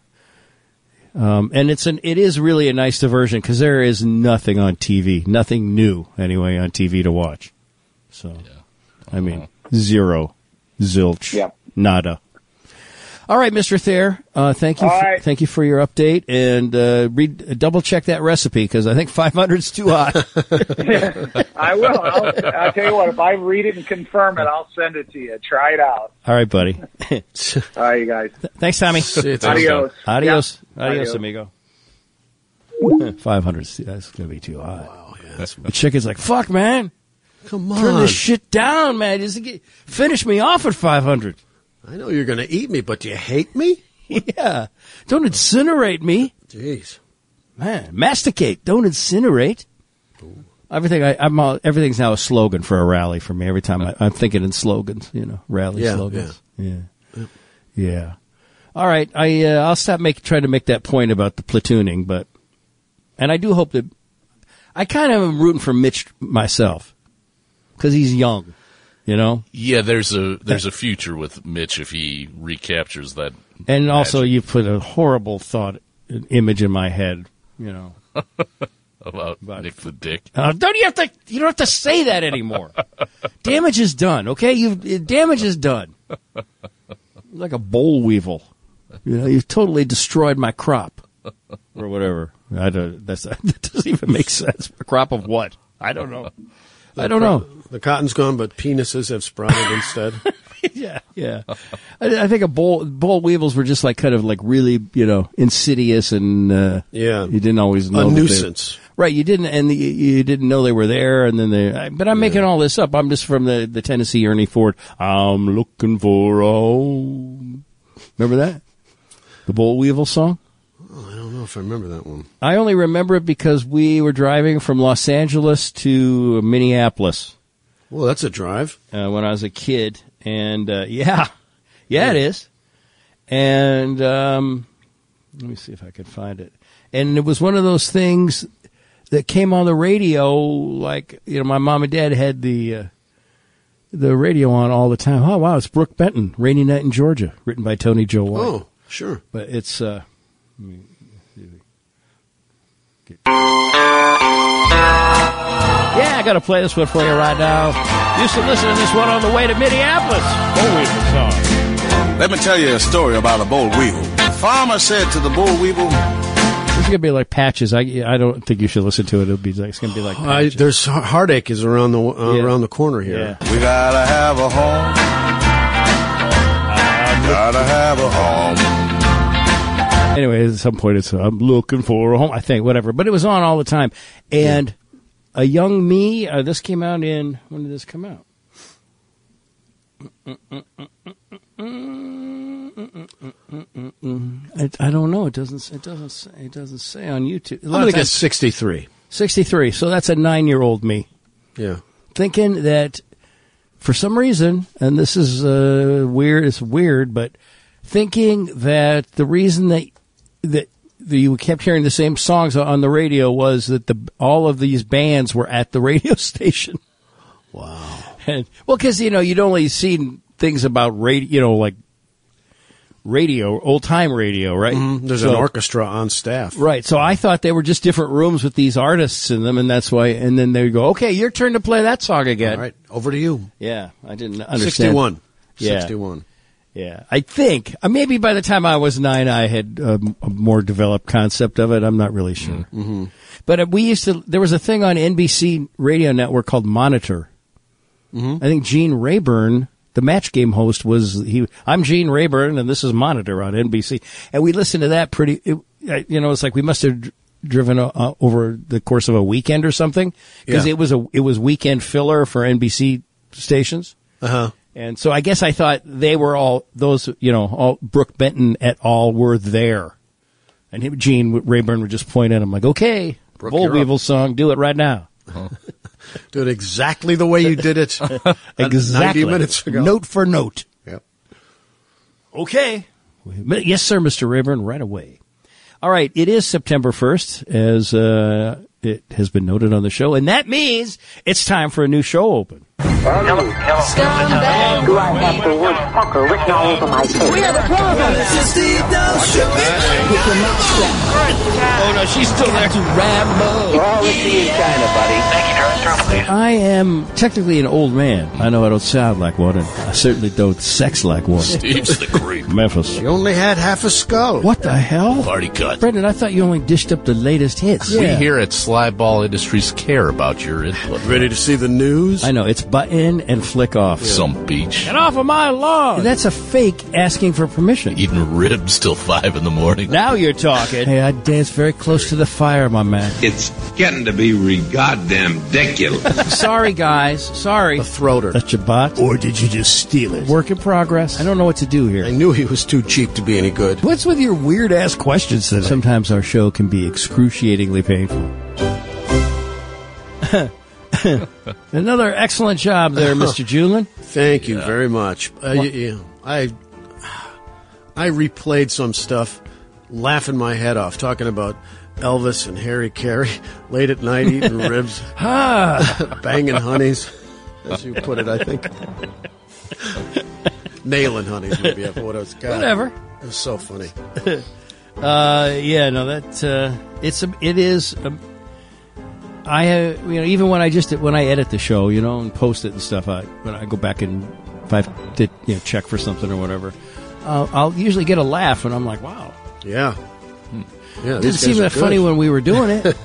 um and it's an it is really a nice diversion cuz there is nothing on TV, nothing new anyway on TV to watch. So I mean, zero zilch.
Yeah.
Nada. All right, Mr. Thayer, uh, thank you
All
for,
right.
thank you for your update and uh, read double check that recipe cuz I think 500 is too hot. (laughs)
I will. I'll, I'll tell you what. If I read it and confirm it, I'll send it to you. Try it out.
All right, buddy.
All right, you guys.
Thanks, Tommy.
Adios.
Adios. Adios,
Adios.
amigo. (laughs) 500 's- that's going to be too hot.
Wow, Oh, yeah, that's,
The chicken's like, "Fuck, man,
come
turn
on.
this shit down, man. Just get, finish me off at 500.
I know you're going to eat me, but do you hate me?
(laughs) Yeah, don't incinerate me,
Jeez.
man. Masticate, don't incinerate. Everything I, I'm all, everything's now a slogan for a rally for me. Every time I, I'm thinking in slogans, you know, rally
Yeah,
slogans. Yeah, yeah. All right, I uh, I'll stop make trying to make that point about the platooning, but and I do hope that I kind of am rooting for Mitch myself because he's young, you know.
Yeah, there's a there's a future with Mitch if he recaptures that.
And also, you put a horrible thought an image in my head. You know,
about
But-
Nick the Dick.
Uh, don't you have to? You don't have to say that
(laughs)
anymore. damage is done. Okay, you damage is done. Like a boll weevil, you know, you've totally destroyed my crop, or whatever. I don't. That's (laughs) that doesn't even make sense. A crop of what? I don't know. I don't know.
The cotton's gone, but penises have sprouted instead.
(laughs) yeah, yeah. I, I think a boll boll weevils were just like kind of like really you know insidious and uh, (laughs)
Yeah.
you didn't always know
A
that they-
nuisance.
right? You didn't and you, you didn't know they were there, and then they. I- But I'm making all this up. I'm just from the the Tennessee Ernie Ford. I'm looking for a home. Remember that the boll weevil song?
I don't know if I remember that one.
I only remember it because we were driving from Los Angeles to Minneapolis.
Well, that's a drive.
uh, when I was a kid, and uh, (laughs) yeah, yeah, it is. And um, let me see if I can find it. And it was one of those things that came on the radio. Like you know, my mom and dad had the uh, the radio on all the time. Oh wow, it's Brooke Benton, "Rainy Night in Georgia," written by Tony Joe White.
Oh, sure.
But it's uh, yeah, I gotta play this one for you right now. Used to listen to this one on the way to Minneapolis. Oh, song.
Let me tell you a story about a boll weevil. Farmer said to the boll weevil,
It's gonna be like patches. I, I don't think you should listen to it. It'll be like, it's gonna be like
I,
patches.
there's heartache is around the uh,
Yeah.
around the corner here.
yeah.
"We gotta have a home. Gotta have a home."
Anyway, at some point it's I'm looking for a home. I think whatever, but it was on all the time. And a young me. Uh, this came out in when did this come out? I, I don't know. It doesn't. It doesn't. say- It doesn't say on YouTube. A
I'm
lot
gonna
of
guess
times-
sixty three.
63. So that's a nine year old me.
Yeah.
thinking that for some reason, and this is uh, weird, it's weird, but thinking that the reason that that that you kept hearing the same songs on the radio was that the all of these bands were at the (laughs) radio station.
Wow.
And well, because you know you'd only seen things about radio, you know, like radio, old time radio, right?
Mm, Mm-hmm. There's an
So-
orchestra on staff.
Right. So I thought they were just different rooms with these artists in them, and that's why. And then they would go, "Okay, your turn to play that song again."
All right. Over to you.
Yeah, I didn't understand.
Sixty one.
Yeah.
Sixty one.
Yeah, I think uh, maybe by the time I was nine, I had um, a more developed concept of it. I'm not really sure. Mm-hmm. But uh, we used to. There was a thing on NBC radio network called Monitor. Mm-hmm. I think Gene Rayburn, the Match Game host, was he. I'm Gene Rayburn, and this is Monitor on NBC, and we listened to that pretty. It, I- you know, it's like we must have dr- driven uh, over the course of a weekend or something because
Yeah.
it was a it was weekend filler for NBC stations.
Uh huh.
And so I guess I thought they were all those, you know, all Brooke Benton et al. were there. And him, Gene Rayburn would just point at him like, okay,
Brooke,
Bull
you're up."
Weevil song, do it right now.
Do it exactly the way you
(laughs)
did it.
Exactly.
90 minutes ago.
Note for note.
Yep.
Okay. Yes, sir, Mr. Rayburn, right away. All right, it is September 1st, as uh, it has been noted on the show, and that means it's time for a new show open.
Do I have the word fucker written all over my face? We have a problem.
Oh, no, she's still there. I am technically an old man. I know I don't sound like one, and I certainly don't sex like one.
Steve's the creep.
Memphis.
You only had half a skull.
What the hell?
Party cut.
Brendan, I thought you only dished up the latest hits.
We here at Slyball Industries care about your input.
Ready to see the news?
I know, it's button and flick off.
Some beach.
Get off of my lawn! That's a fake asking for permission.
Eating ribs till five in the morning.
Now you're talking. Hey, I dance very close to the fire, my man.
It's getting to be re goddamn ridiculous.
Sorry, guys. Sorry.
the throater.
That's your bot.
Or did you just steal it?
Work in progress. I don't know what to do
I
here.
knew he was too cheap to be any good.
What's with your weird ass questions today? Sometimes our show can be excruciatingly (laughs) painful. Another excellent job there, (laughs) Mr. Julin.
Thank you very much. Uh, y- yeah, I I replayed some stuff, laughing my head off, talking about Elvis and Harry Carey (laughs) late at night (laughs) eating ribs, (laughs) banging honeys, as you put it, I (laughs) think. Nailing honeys, maybe. I what else? God,
Whatever.
It was so funny.
Uh, yeah, no, that uh, it's a, it is. Um, I have you know even when I just when I edit the show, you know, and post it and stuff. I when I go back and if I have to you know check for something or whatever, uh, I'll usually get a laugh, and I'm like, wow,
Yeah. Hmm. Yeah,
didn't
these guys
seem
are
that funny
good.
when we were doing
(laughs)
it.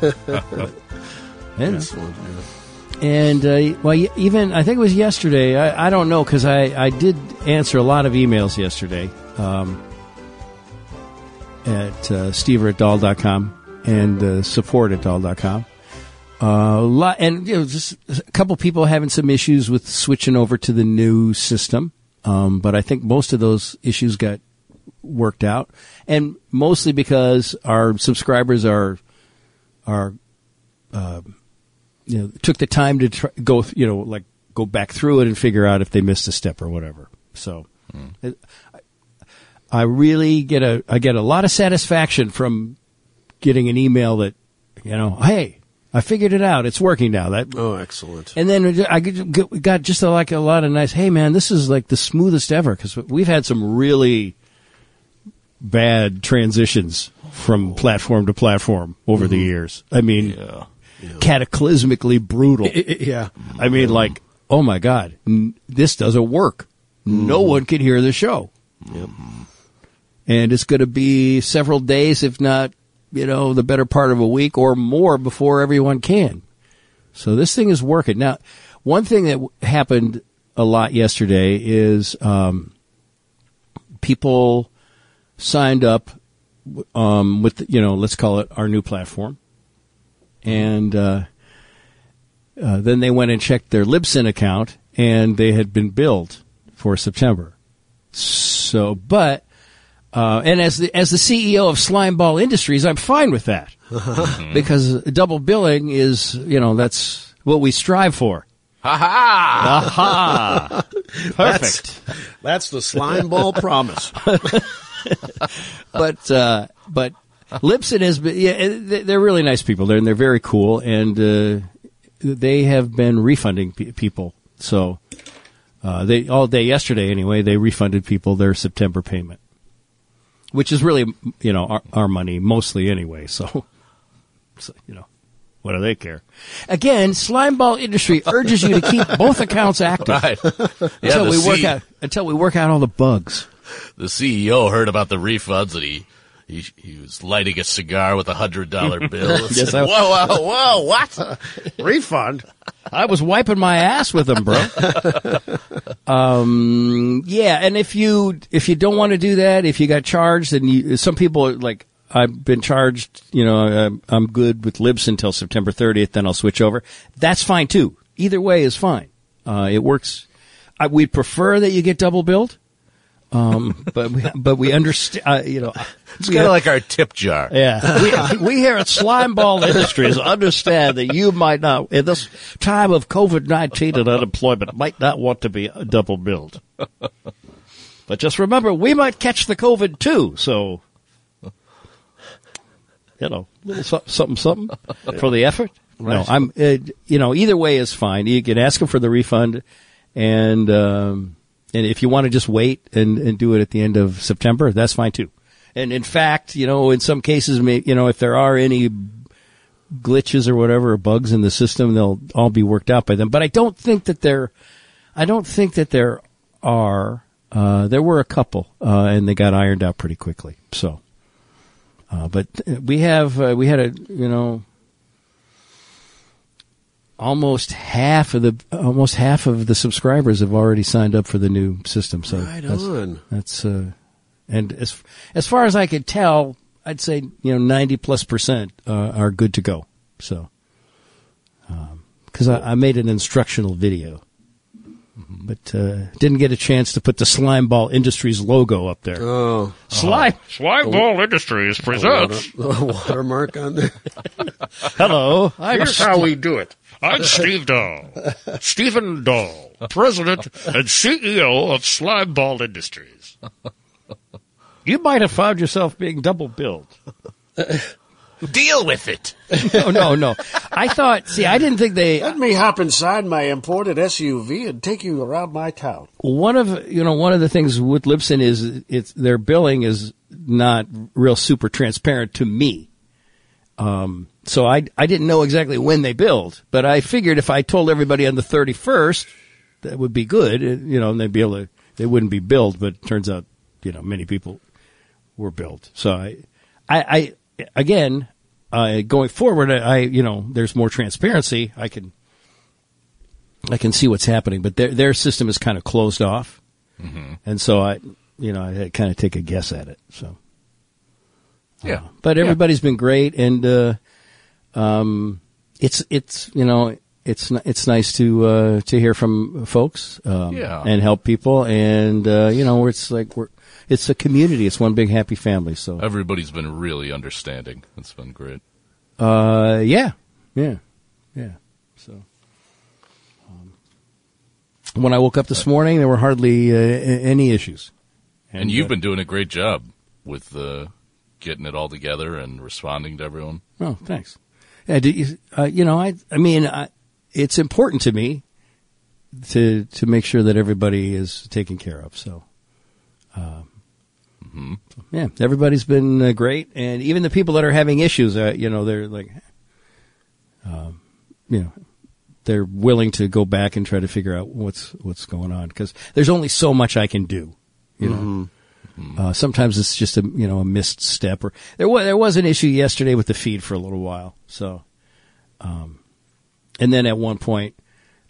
and
Excellent, yeah.
and uh, well, y- even I think it was yesterday. I, I don't know because I, I did answer a lot of emails yesterday um, at uh, stever at doll.com and uh, support at doll.com. Uh, lot, and you know, just a couple people having some issues with switching over to the new system, um, but I think most of those issues got worked out, and mostly because our subscribers are are you know, took the time to tr- go, th- you know, like go back through it and figure out if they missed a step or whatever. So, it- I, I really get a, I get a lot of satisfaction from getting an email that, you know, hey, I figured it out. It's working now. That,
Oh, excellent.
and then I get- get- got just a, like a lot of nice. Hey, man, this is like the smoothest ever because we've had some really bad transitions from platform to platform over the years. I mean, cataclysmically brutal.
Yeah.
I mean, like, oh my God, n- this doesn't work. No one can hear the show. And it's going to be several days, if not, you know, the better part of a week or more before everyone can. So this thing is working. Now, one thing that w- happened a lot yesterday is um, people signed up w- um, with, you know, let's call it our new platform. And, uh, uh, then they went and checked their Libsyn account, and they had been billed for September. So, but uh, and as the as the CEO of Slimeball Industries, I'm fine with that because double billing is you know that's what we strive for. Ha ha! ha! Perfect.
That's the slime (laughs) ball promise.
but uh, but Lipson has been. Yeah, eh, they- they're really nice people. They're and they're very cool, and uh, they have been refunding pe- people. So uh, they all day yesterday anyway. They refunded people their September payment, which is really you know our, our money mostly anyway. So, so you know. What do they care? Again, Slimeball Industry urges you to keep both accounts active (laughs)
(laughs) Right. Yeah,
until
the
we work
C-
out until we work out all the bugs.
the CEO heard about the refunds and he he, he was lighting a cigar with a
(laughs)
hundred dollar bill. and
Yes,
said,
I-
whoa,
(laughs)
whoa, whoa, what?
Refund.
I was wiping my ass with them, bro. um, yeah, and if you if you don't want to do that, if you got charged, and you, some people are like I've been charged, you know, I'm, I'm good with libs until September 30th, then I'll switch over. That's fine too. Either way is fine. Uh, it works. I, we'd prefer that you get double billed. Um, (laughs) but we, but we understand, uh, you know,
It's kind of like our tip jar.
yeah, (laughs) we, we here at Slimeball Industries understand that you might not, in this time of COVID nineteen and unemployment, might not want to be double billed. But just remember, we might catch the COVID too. So, you know, a little so- something, something for the effort. No, I'm, uh, you know, either way is fine. You can ask them for the refund, and um, and if you want to just wait and and do it at the end of September, that's fine too. And in fact, you know, in some cases, may- you know, if there are any glitches or whatever or bugs in the system, they'll all be worked out by them. But I don't think that there, I don't think that there are. Uh, there were a couple, uh, and they got ironed out pretty quickly. So, uh, but uh, we have uh, we had a you know almost half of the almost half of the subscribers have already signed up for the new system. So
Right
that's,
on.
That's uh, and as as far as I could tell, I'd say you know ninety plus percent uh, are good to go. So because I, I made an instructional video, but uh, didn't get a chance to put the Slime Ball Industries logo up there.
Oh,
Slime,
Slime Ball Industries presents.
watermark on there.
hello. I'm
Here's how we do it. I'm Steve Dahl, Stephen Dahl, President and CEO of Slime Ball Industries.
You might have found yourself being double billed.
Deal with it.
No, (laughs) no, no. I thought. See, I didn't think they.
Let me hop inside my imported SUV and take you around my town.
One of you know one of the things with Lipson is it's their billing is not real super transparent to me. Um, so I I didn't know exactly when they billed, but I figured if I told everybody on the thirty first, that would be good. uh, You know, and they'd be able to. They wouldn't be billed, but it turns out you know many people were billed. So I, I, I again, uh, going forward, I, I you know there's more transparency. I can. I can see what's happening, but their their system is kind of closed off,
Mm-hmm.
and so I, you know, I kind of take a guess at it. So
Yeah.
but everybody's been great, and uh, um, it's it's you know it's n- it's nice to uh, to hear from folks, um,
Yeah.
and help people, and uh, you know it's like we're it's a community, it's one big happy family. So
Everybody's been really understanding. It's been great.
uh, yeah, yeah, yeah. So um, when I woke up this morning, there were hardly uh, a- any issues,
And, you've been doing a great job with uh, getting it all together and responding to everyone.
Oh, thanks. Yeah, do you, uh, you know, I, I mean, I, it's important to me to to make sure that everybody is taken care of. So, um, yeah, everybody's been uh, great, and even the people that are having issues, uh, you know, they're like, um, you know, they're willing to go back and try to figure out what's what's going on because there's only so much I can do, you know. Uh, sometimes it's just a you know a missed step, or there was there was an issue yesterday with the feed for a little while. So, um, and then at one point,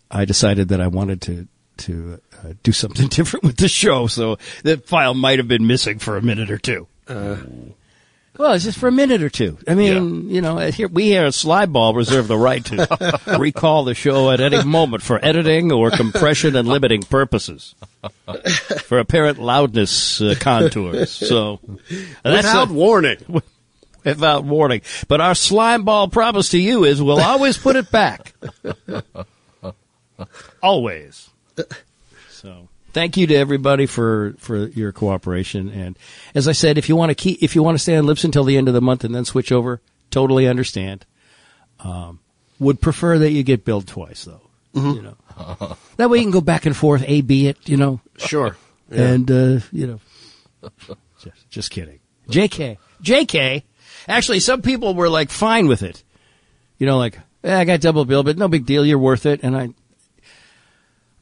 I decided that I wanted to to uh, do something (laughs) different with the show, so that file might have been missing for a minute or two. well, it's just for a minute or two. I mean, you know, here we here at Slideball reserve the right to recall the show at any moment for editing or compression and limiting purposes for apparent loudness
(laughs)
uh, contours. So that's
Without
a-
warning.
(laughs) without warning. But our slime ball promise to you is we'll always put it
(laughs)
back. always. So thank you to everybody for, for your cooperation. And as I said, if you want to keep, if you want to stay on Lips until the end of the month and then switch over, totally understand. Um, would prefer that you get billed twice though.
Mm-hmm.
You know, that way you can go back and forth, A, B it, you know,
Sure.
and uh, you know, (laughs) just, just kidding. Jk, Jk. Actually, some people were like fine with it. You know, like eh, I got double bill, but no big deal. You're worth it. And I,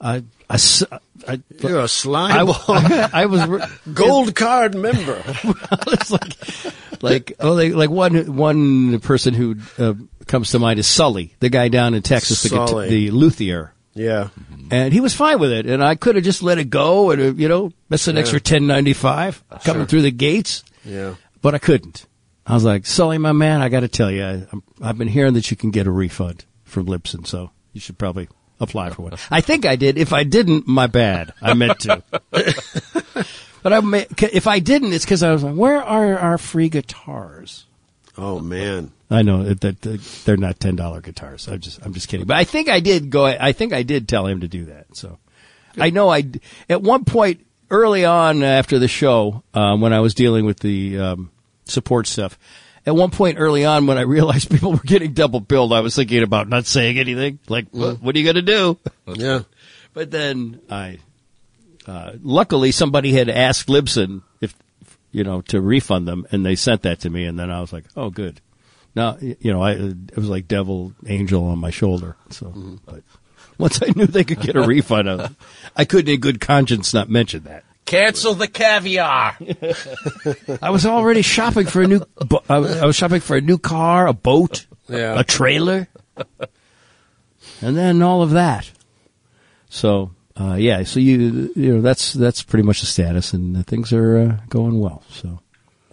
I, I, s- I-
You're a slime
(laughs)
I,
ball
(laughs) I was re-
gold card member.
it's like, like oh, they, like one one person who uh, comes to mind is Sully, the guy down in Texas, the, guita-
Sully.
the luthier.
yeah.
and he was fine with it. And I could have just let it go, and uh, you know, that's an extra ten ninety five coming through the gates.
Yeah.
but I couldn't. I was like, Sully, my man, I got to tell you, I, I'm- I've been hearing that you can get a refund from Lipson, so you should probably apply for one. I think I did. If I didn't, my bad. I meant to. (laughs) but I, may- if I didn't, it's because I was like, where are our free guitars?
Oh man.
I know that- that that they're not ten dollar guitars. I'm just I'm just kidding. But I think I did go. I think I did tell him to do that. So I know I d- at one point early on after the show um, when I was dealing with the um, support stuff. At one point early on, when I realized (laughs) people were getting double billed, I was thinking about not saying anything. Like, what, what are you going to do?
Yeah.
But then I, uh, luckily, somebody had asked Libsyn if you know to refund them, and they sent that to me, and then I was like, oh, good. Now y- you know, I it was like devil angel on my shoulder. So, but once I knew they could get a refund, I, was- I couldn't in good conscience not mention that.
Cancel the caviar.
(laughs) I was already shopping for a new. bo- I was I was shopping for a new car, a boat,
Yeah.
a trailer, and then all of that. So uh, yeah, so you you know that's that's pretty much the status, and uh, things are uh, going well. So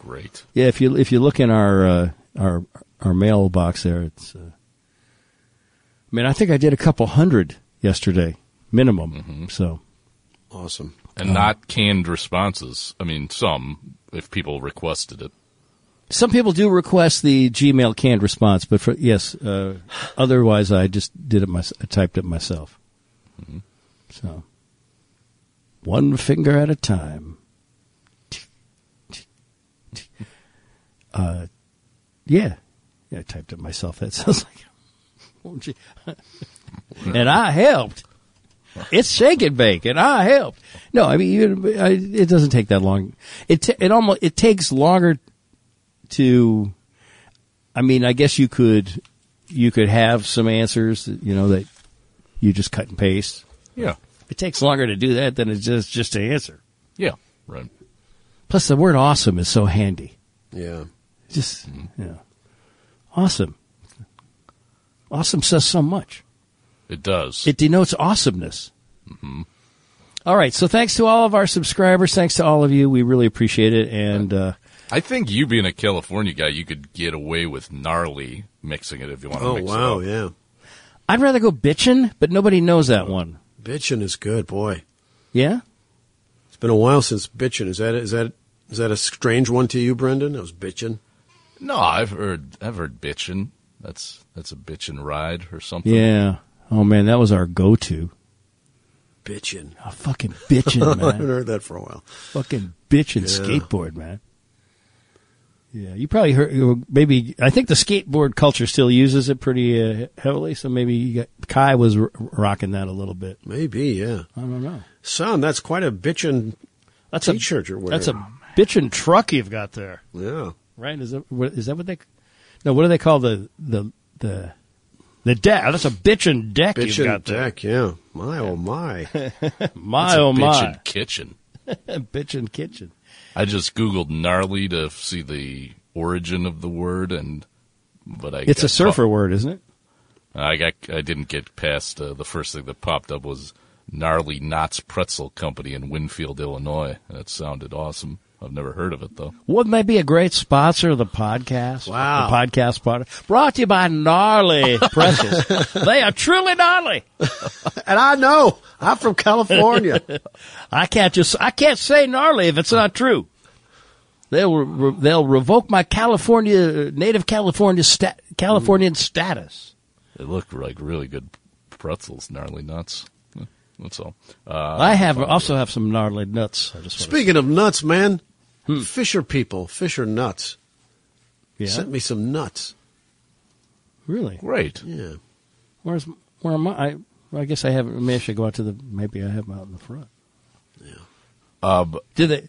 Great.
yeah, if you if you look in our uh, our our mailbox there, it's. Uh, I mean, I think I did a couple hundred yesterday, minimum. So
Awesome.
And
Uh-huh.
not canned responses. I mean, some if people requested it.
Some people do request the Gmail canned response, but for yes, uh, otherwise I just did it. My, I typed it myself. So one finger at a time. Uh, yeah, yeah, I typed it myself. (laughs) That sounds like. Oh, gee. (laughs) and I helped. It's shake and bake, and I helped. No, I mean you- I, it doesn't take that long. It ta- it almost it takes longer to I mean, I guess you could you could have some answers, you know, that you just cut and paste.
Yeah.
It takes longer to do that than it just just to answer.
Yeah. Right.
Plus the word awesome is so handy.
Yeah.
Just yeah. Awesome. Awesome says so much.
It does.
It denotes awesomeness. Mm-hmm. All right, so thanks to all of our subscribers, thanks to all of you. We really appreciate it and uh
I think you being a California guy, you could get away with gnarly mixing it if you want to
Oh
mix
wow,
it up.
yeah.
I'd rather go bitchin', but nobody knows that one.
Bitchin' is good, boy.
Yeah?
It's been a while since bitchin'. Is that is that is that a strange one to you, Brendan? That was bitchin'.
No, I've heard I've heard bitchin'. That's that's a bitchin' ride or something.
Yeah. Oh man, that was our go-to.
Bitchin'.
Oh, fucking bitchin',
(laughs) I
man.
haven't heard that for a while.
fucking bitchin'
Yeah.
skateboard, man. Yeah, you probably heard. Maybe I think the skateboard culture still uses it pretty uh, heavily. So maybe you got, Kai was r- rocking that a little bit.
Maybe, yeah.
I don't know.
Son, that's quite a bitchin'
That's
t-shirt you're
a
wearing.
that's a bitchin' truck you've got there,
yeah.
right? Is that what, is that what they? No, what do they call the the the the deck? Oh, That's a bitchin' deck
Bitchin'
you've got there.
deck, yeah. My oh my.
My
It's a
oh
bitchin'
my,
kitchen.
(laughs) bitchin' kitchen.
I just googled gnarly to see the origin of the word, and but I
It's
got
a surfer word, isn't it?
I got I didn't get past uh, the first thing that popped up was gnarly Knott's Pretzel Company in Winfield, Illinois. That sounded awesome. I've never heard of it though.
Wouldn't they be a great sponsor of the podcast?
Wow.
The podcast product. Brought to you by
(laughs)
Gnarly Pretzels. they are truly gnarly.
And I know. I'm from California.
I can't just, I can't say gnarly if it's not true. They'll, re- they'll revoke my California, native California, sta- Californian status.
They look like really good pretzels, gnarly nuts. Yeah, That's all. Uh,
I have, also have some gnarly nuts. I just wanna-
(laughs) Speaking of nuts, man, Fisher people, Fisher nuts,
yeah.
sent me some nuts.
Really?
great.
Yeah.
Where's, where am I? I, well, I guess I have, maybe I should go out to the, maybe I have them out in the front.
Uh, b-
Did they,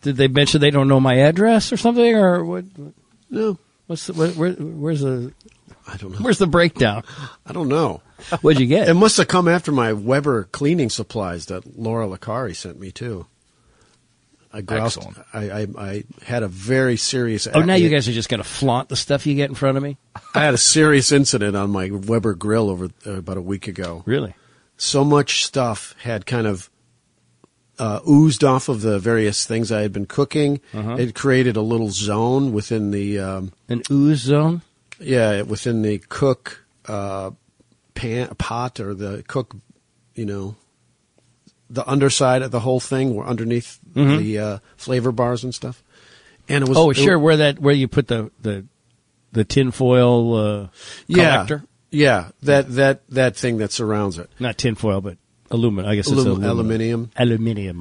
did they mention they don't know my address or something or what?
No,
What's the, where, where, where's the
I don't know.
where's the breakdown?
I don't know.
What'd you (laughs) get?
It must have come after my Weber cleaning supplies that Laura Lacari sent me too. I groused.
Excellent.
I, I I had a very serious.
oh, now you guys are just gonna flaunt the stuff you get in front of me.
I had a serious incident on my Weber grill over uh, about a week ago.
Really?
So much stuff had kind of uh, oozed off of the various things I had been cooking.
Uh-huh.
It created a little zone within the um,
an ooze zone.
Yeah, within the cook uh, pan pot or the cook, you know, the underside of the whole thing, were underneath
Mhm.
the uh, flavor bars and stuff. And it was
oh, sure, where that where you put the the the tinfoil uh,
yeah,
collector,
yeah, that that that thing that surrounds it.
not tinfoil, but aluminum. I guess it's
Alum-
aluminum.
aluminium.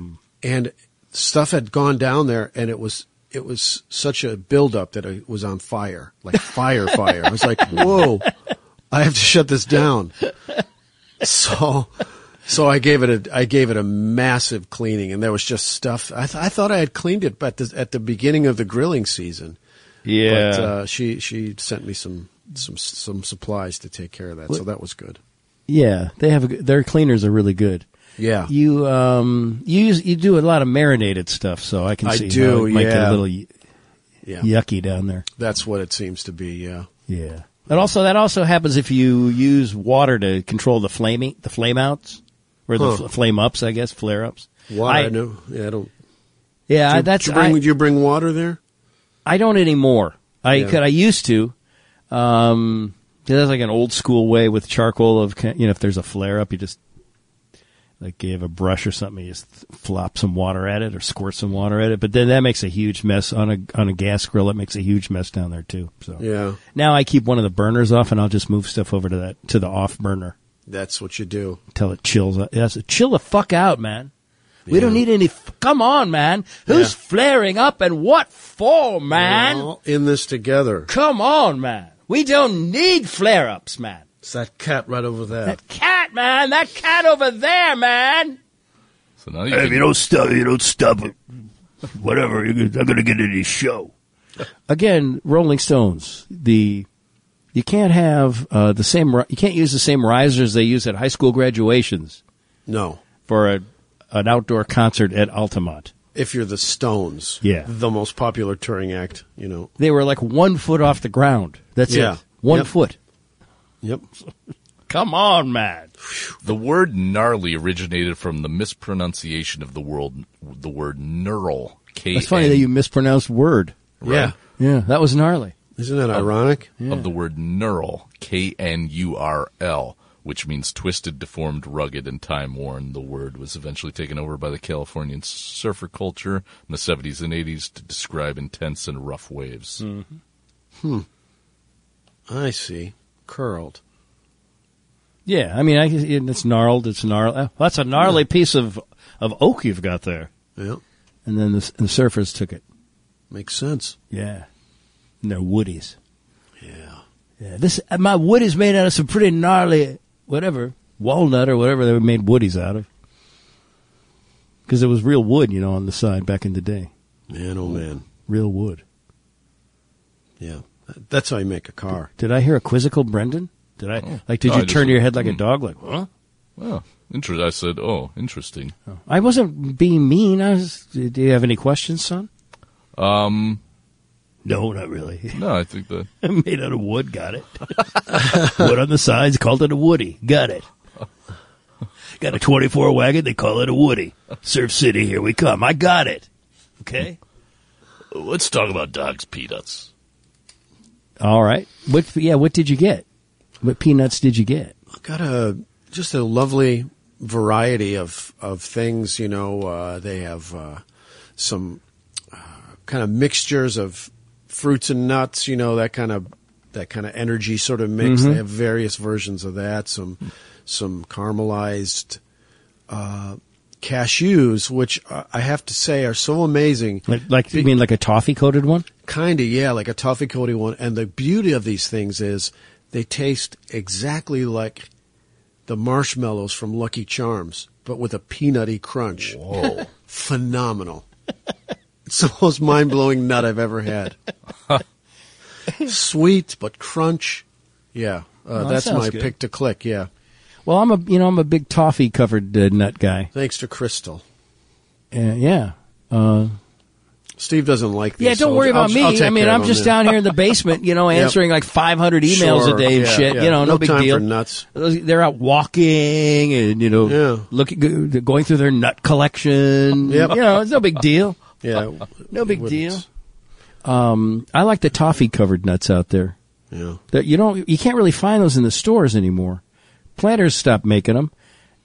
Aluminium.
and stuff had gone down there and it was it was such a buildup that it was on fire like (laughs) fire fire i was like whoa i have to shut this down so so i gave it a i gave it a massive cleaning and there was just stuff i, th- I thought i had cleaned it but the, at the beginning of the grilling season
Yeah.
but, uh, she she sent me some some some supplies to take care of that so that was good
Yeah, they have a, good- their cleaners are really good.
Yeah.
you um you use, you do a lot of marinated stuff, so I can
I
see
do,
how it might get
yeah.
a little y-
yeah
yucky down there.
that's what it seems to be yeah
Yeah, and also that also happens if you use water to control the flaming the flame outs or the
Huh.
fl- flame ups, I guess flare ups.
why
I-
i know yeah i don't
Yeah,
Do
I-
you-
Uh, that's
do you bring,
I-
do you bring water there
I don't anymore. I
Yeah.
could. I used to. Um, that's like an old school way with charcoal of ki- you know if there's a flare up, you just like you have a brush or something, you just flop some water at it or squirt some water at it. But then that makes a huge mess on a on a gas grill. It makes a huge mess down there too. So
Yeah.
now I keep one of the burners off, and I'll just move stuff over to that to the off burner
That's what you do.
until it chills. out. Yes, chill the fuck out, man. We don't need any. F- Come on, man. Who's flaring up and what for, man?
We're all in this together.
Come on, man. We don't need flare ups, man.
It's that cat right over there.
Cat, man. That cat over there, man.
So now you
Hey,
can,
if you don't stop, you don't stop it. Whatever, you're gonna, I'm gonna get in this show.
Again, Rolling Stones. The you can't have uh, the same. ri- You can't use the same risers they use at high school graduations
No.
for a, an outdoor concert at Altamont.
If you're the Stones.
Yeah.
The most popular touring act, you know.
They were like one foot off the ground. That's
Yeah.
it. One
Yep.
foot.
Yep.
Come on, man.
the word gnarly originated from the mispronunciation of the world the word neural. K
That's funny that you mispronounced word.
Yeah.
Yeah, that was gnarly.
Isn't that ironic?
of the word neural, K N U R L, which means twisted, deformed, rugged, and time worn. The word was eventually taken over by the Californian surfer culture in the 70s and 80s to describe intense and rough waves.
Hmm. I see. Curled.
Yeah, I mean, I, it's gnarled. It's gnarled. uh, That's a gnarly piece of of oak you've got there.
Yeah.
And then the, s- the surfers took it.
Makes sense.
Yeah. And they're woodies. Yeah. Yeah. This uh, my wood is made out of some pretty gnarly whatever walnut or whatever they made woodies out of. Because it was real wood, you know, on the side back in the day.
Man, oh man.
Real wood.
Yeah. That's how you make a car.
Did I hear a quizzical Brendan? Did I
Oh.
like? Did
No, I
you
just-
turn your head like a
hmm.
dog? Like, huh?
Well, inter- I said, oh, interesting.
I wasn't being mean. I was. Do you have any questions, son?
Um,
No, not really. (laughs)
no, I think that.
Made out of wood, got it. (laughs) wood on the sides, called it a woody. Got it.
Got a 24 wagon, they call it a Woody. Surf City, here we come. I got it. Okay?
Let's talk about
(laughs)
dogs' peanuts.
Hmm.
All right. What? Yeah. What did you get? What peanuts did you get?
got a just a lovely variety of of things. You know, uh, they have uh, some uh, kind of mixtures of fruits and nuts. You know, that kind of that kind of energy sort of mix.
Mhm.
They have various versions of that. Some some caramelized. Uh, cashews which uh, i have to say are so amazing
Like, like you mean like a toffee coated one?
Kinda, yeah, like a toffee coating one. And the beauty of these things is they taste exactly like the marshmallows from Lucky Charms, but with a peanutty crunch. Whoa. (laughs) Phenomenal. it's the most mind blowing nut I've ever had. Sweet, but crunch. Yeah. Uh,
Well, that
that's
sounds
my
good.
pick to click. Yeah.
Well, I'm a you know I'm a big toffee covered uh, nut guy.
Thanks to Crystal.
Uh, yeah. Uh,
Steve doesn't like these.
Yeah, don't
so
worry
I'll-
about me.
I'll take
I mean,
care of
I'm
them
just
then.
down here in the basement, you know,
(laughs) Yep.
answering like 500 emails
Sure,
a day and
yeah,
shit.
yeah.
You know, no,
No
big
time
deal.
for nuts.
They're out walking and you know, looking, going through their nut collection.
Yep.
You know, it's no big deal.
Yeah,
no big
wouldn't.
deal. Um, I like the toffee covered nuts out there.
Yeah.
That you don't, you can't really find those in the stores anymore. Planters stopped making them,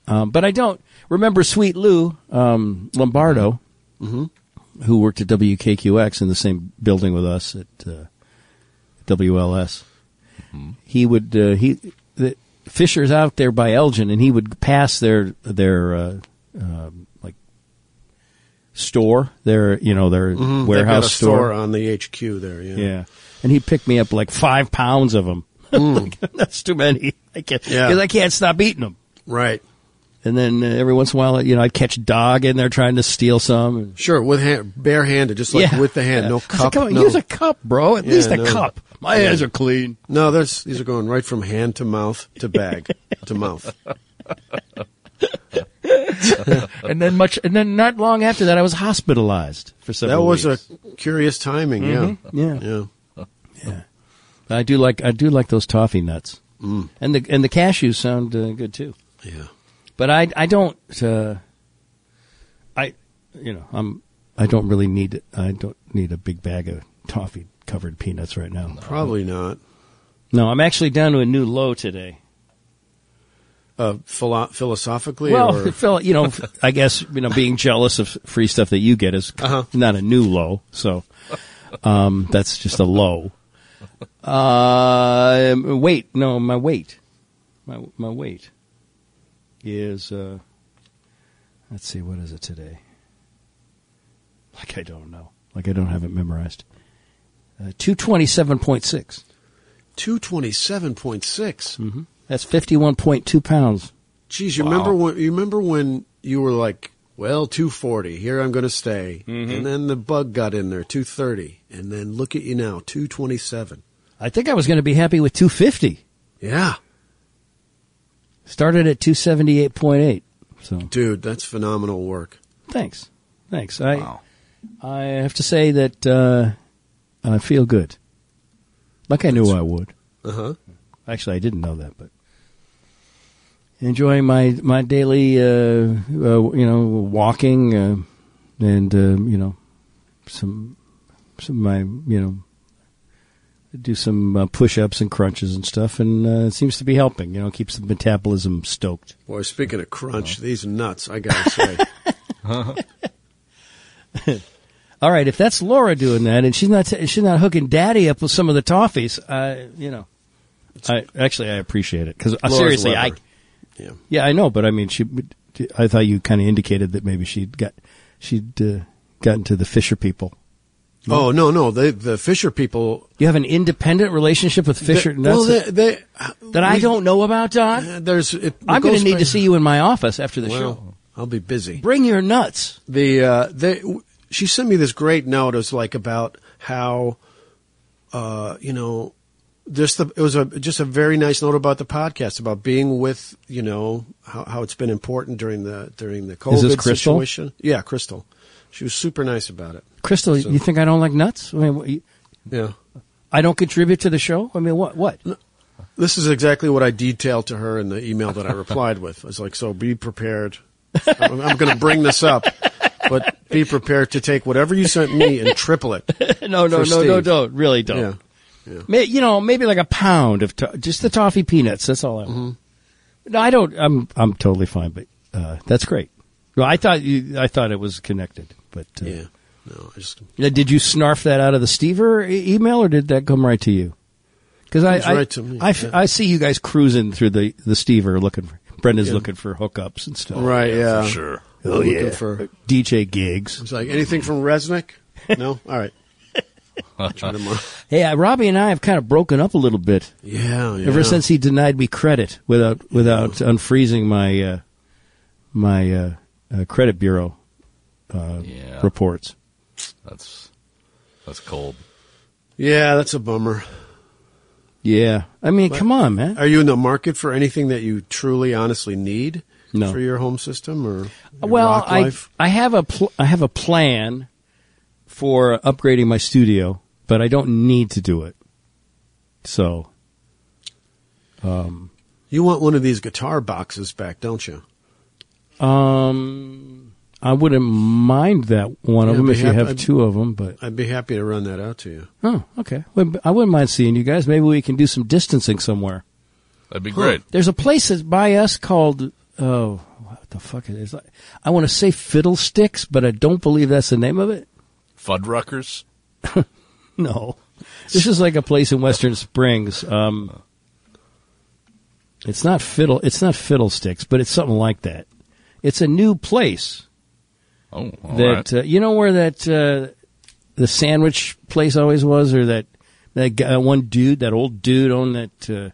um, but I don't remember Sweet Lou um, Lombardo,
Mm-hmm.
who worked at WKQX in the same building with us at uh, WLS.
Mm-hmm.
He would uh, he the, Fisher's out there by Elgin, and he would pass their their uh, um like store, their you know their
Mhm, they've
warehouse
got a store.
store.
on the HQ there. Yeah.
Yeah, and he picked me up like five pounds of (laughs) them. That's too many. I can't,
Hmm. Yeah.
'cause I can't stop eating them.
Right.
And then uh, every once in a while, you know, I'd catch dog in there trying to steal some. And,
Sure, with hand, barehanded, just like
Yeah.
with the hand,
Yeah. I
no
was like,
cup.
come on,
no.
use a cup, bro. At least a
no.
cup. My hands are clean.
No, there's these are going right from hand to mouth
(laughs)
to bag to mouth.
and then much, and then not long after that, I was hospitalized for several
That was
weeks.
a curious timing.
Mhm.
Yeah,
Yeah. I do like I do like those toffee nuts,
Mm.
and the and the cashews sound uh, good too.
Yeah.
but I I don't uh, I you know I'm I don't really need I don't need a big bag of toffee covered peanuts right now.
Probably not.
No, I'm actually down to a new low today.
Uh, philo- philosophically,
Well,
or,
(laughs) Phil, you know, I guess you know being jealous of free stuff that you get is not a new low, so um, that's just a low. Uh, wait, no, my weight, my my weight is. Uh, let's see, what is it today? Like I don't know. Like I don't have it memorized. Uh, two twenty seven point six.
two twenty seven point six. Mm-hmm.
That's fifty one point two pounds.
Geez, you
Wow.
remember when you remember when you were like, well, two forty. Here I'm going to stay,
Mm-hmm.
and then the bug got in there, two thirty, and then look at you now, two twenty seven.
I think I was going to be happy with two fifty.
Yeah,
Started at 278.8. So
dude, that's phenomenal work.
thanks. Thanks. I I have to say that uh, I feel good. Like I knew I would.
Uh
Uh-huh.
huh.
Actually, I didn't know that, but enjoying my my daily uh, uh, you know walking uh, and uh, you know some some of my you know do some uh, push-ups and crunches and stuff and uh, it seems to be helping you know keeps the metabolism stoked
Boy, speaking of crunch, these nuts, I
(laughs)
gotta say.
All right, if that's Laura doing that and she's not she's not hooking Daddy up with some of the toffees, uh, you know. I actually I appreciate it because uh,
Laura's
seriously, I
Weber. Yeah.
yeah I know, but I mean she. I thought you kind of indicated that maybe she'd got she'd uh, gotten to the Fisher people.
Oh no, no, the the Fisher people.
You have an independent relationship with Fisher
They, well,
nuts
they, they,
that I
we- eh,
don't know about, Don.
There's. It,
I'm going to need to see you in my office after the
Well,
show.
I'll be busy.
Bring your nuts.
the uh, they, w- she sent me this great note. It was like about how, uh, you know, just the it was a just a very nice note about the podcast about being with you know how, how it's been important during the during the COVID
Is this Crystal?
situation. Yeah, Crystal. She was super nice about it.
Crystal,
So-
you think I don't like nuts? I mean, what, you-
Yeah.
I don't contribute to the show. I mean, what what?
This is exactly what I detailed to her in the email that I replied with. I was like, so be prepared. I'm, I'm going to bring this up, but be prepared to take whatever you sent me and triple it.
no, no,
for
no, no,
Steve.
don't. Really don't.
Yeah.
May, you know, maybe like a pound of to- just the toffee peanuts. That's all I want.
Mm-hmm.
No, I don't. I'm I'm totally fine, but uh, that's great. Well, I thought you, I thought it was connected, but uh,
Yeah. No, I just,
Now, did you snarf that out of the Stever e- email, or did that come right to you? Because I
Comes
I,
right to me,
I f-
yeah.
I see you guys cruising through the the Stever looking for Brenda's
Yeah.
looking for hookups and stuff.
right. Yeah.
for sure.
Oh
Looking
yeah,
for-
DJ gigs.
It's like anything from Resnick? No? All right. Try tomorrow.
Hey, uh, Robbie and I have kind of broken up a little bit.
Yeah, yeah.
Ever since he denied me credit without without unfreezing my uh, my uh, uh, credit bureau uh,
Yeah.
reports.
That's that's cold.
Yeah, that's a bummer.
Yeah, I mean, come on, man.
Are you in the market for anything that you truly, honestly need
No.
for your home system or your
well,
rock
I
life?
I have a pl- I have a plan for upgrading my studio, but I don't need to do it. So, um,
you want one of these guitar boxes back, don't you?
um, I wouldn't mind that one of
Yeah,
them
I'd
if
be
you
hap-
have
I'd-
two of them, but
I'd be happy to run that out to you.
oh, okay. Well, I wouldn't mind seeing you guys. Maybe we can do some distancing somewhere.
That'd be
Huh.
great.
There's a place that's by us called oh, what the fuck it is? I want to say Fiddlesticks, but I don't believe that's the name of it.
Fuddruckers.
No, this is like a place in Western Springs. Um, it's not fiddle. It's not Fiddlesticks, but it's something like that. It's a new place.
Oh, all
that uh, you know where that uh, the sandwich place always was, or that that guy, that one dude, that old dude owned that. Uh,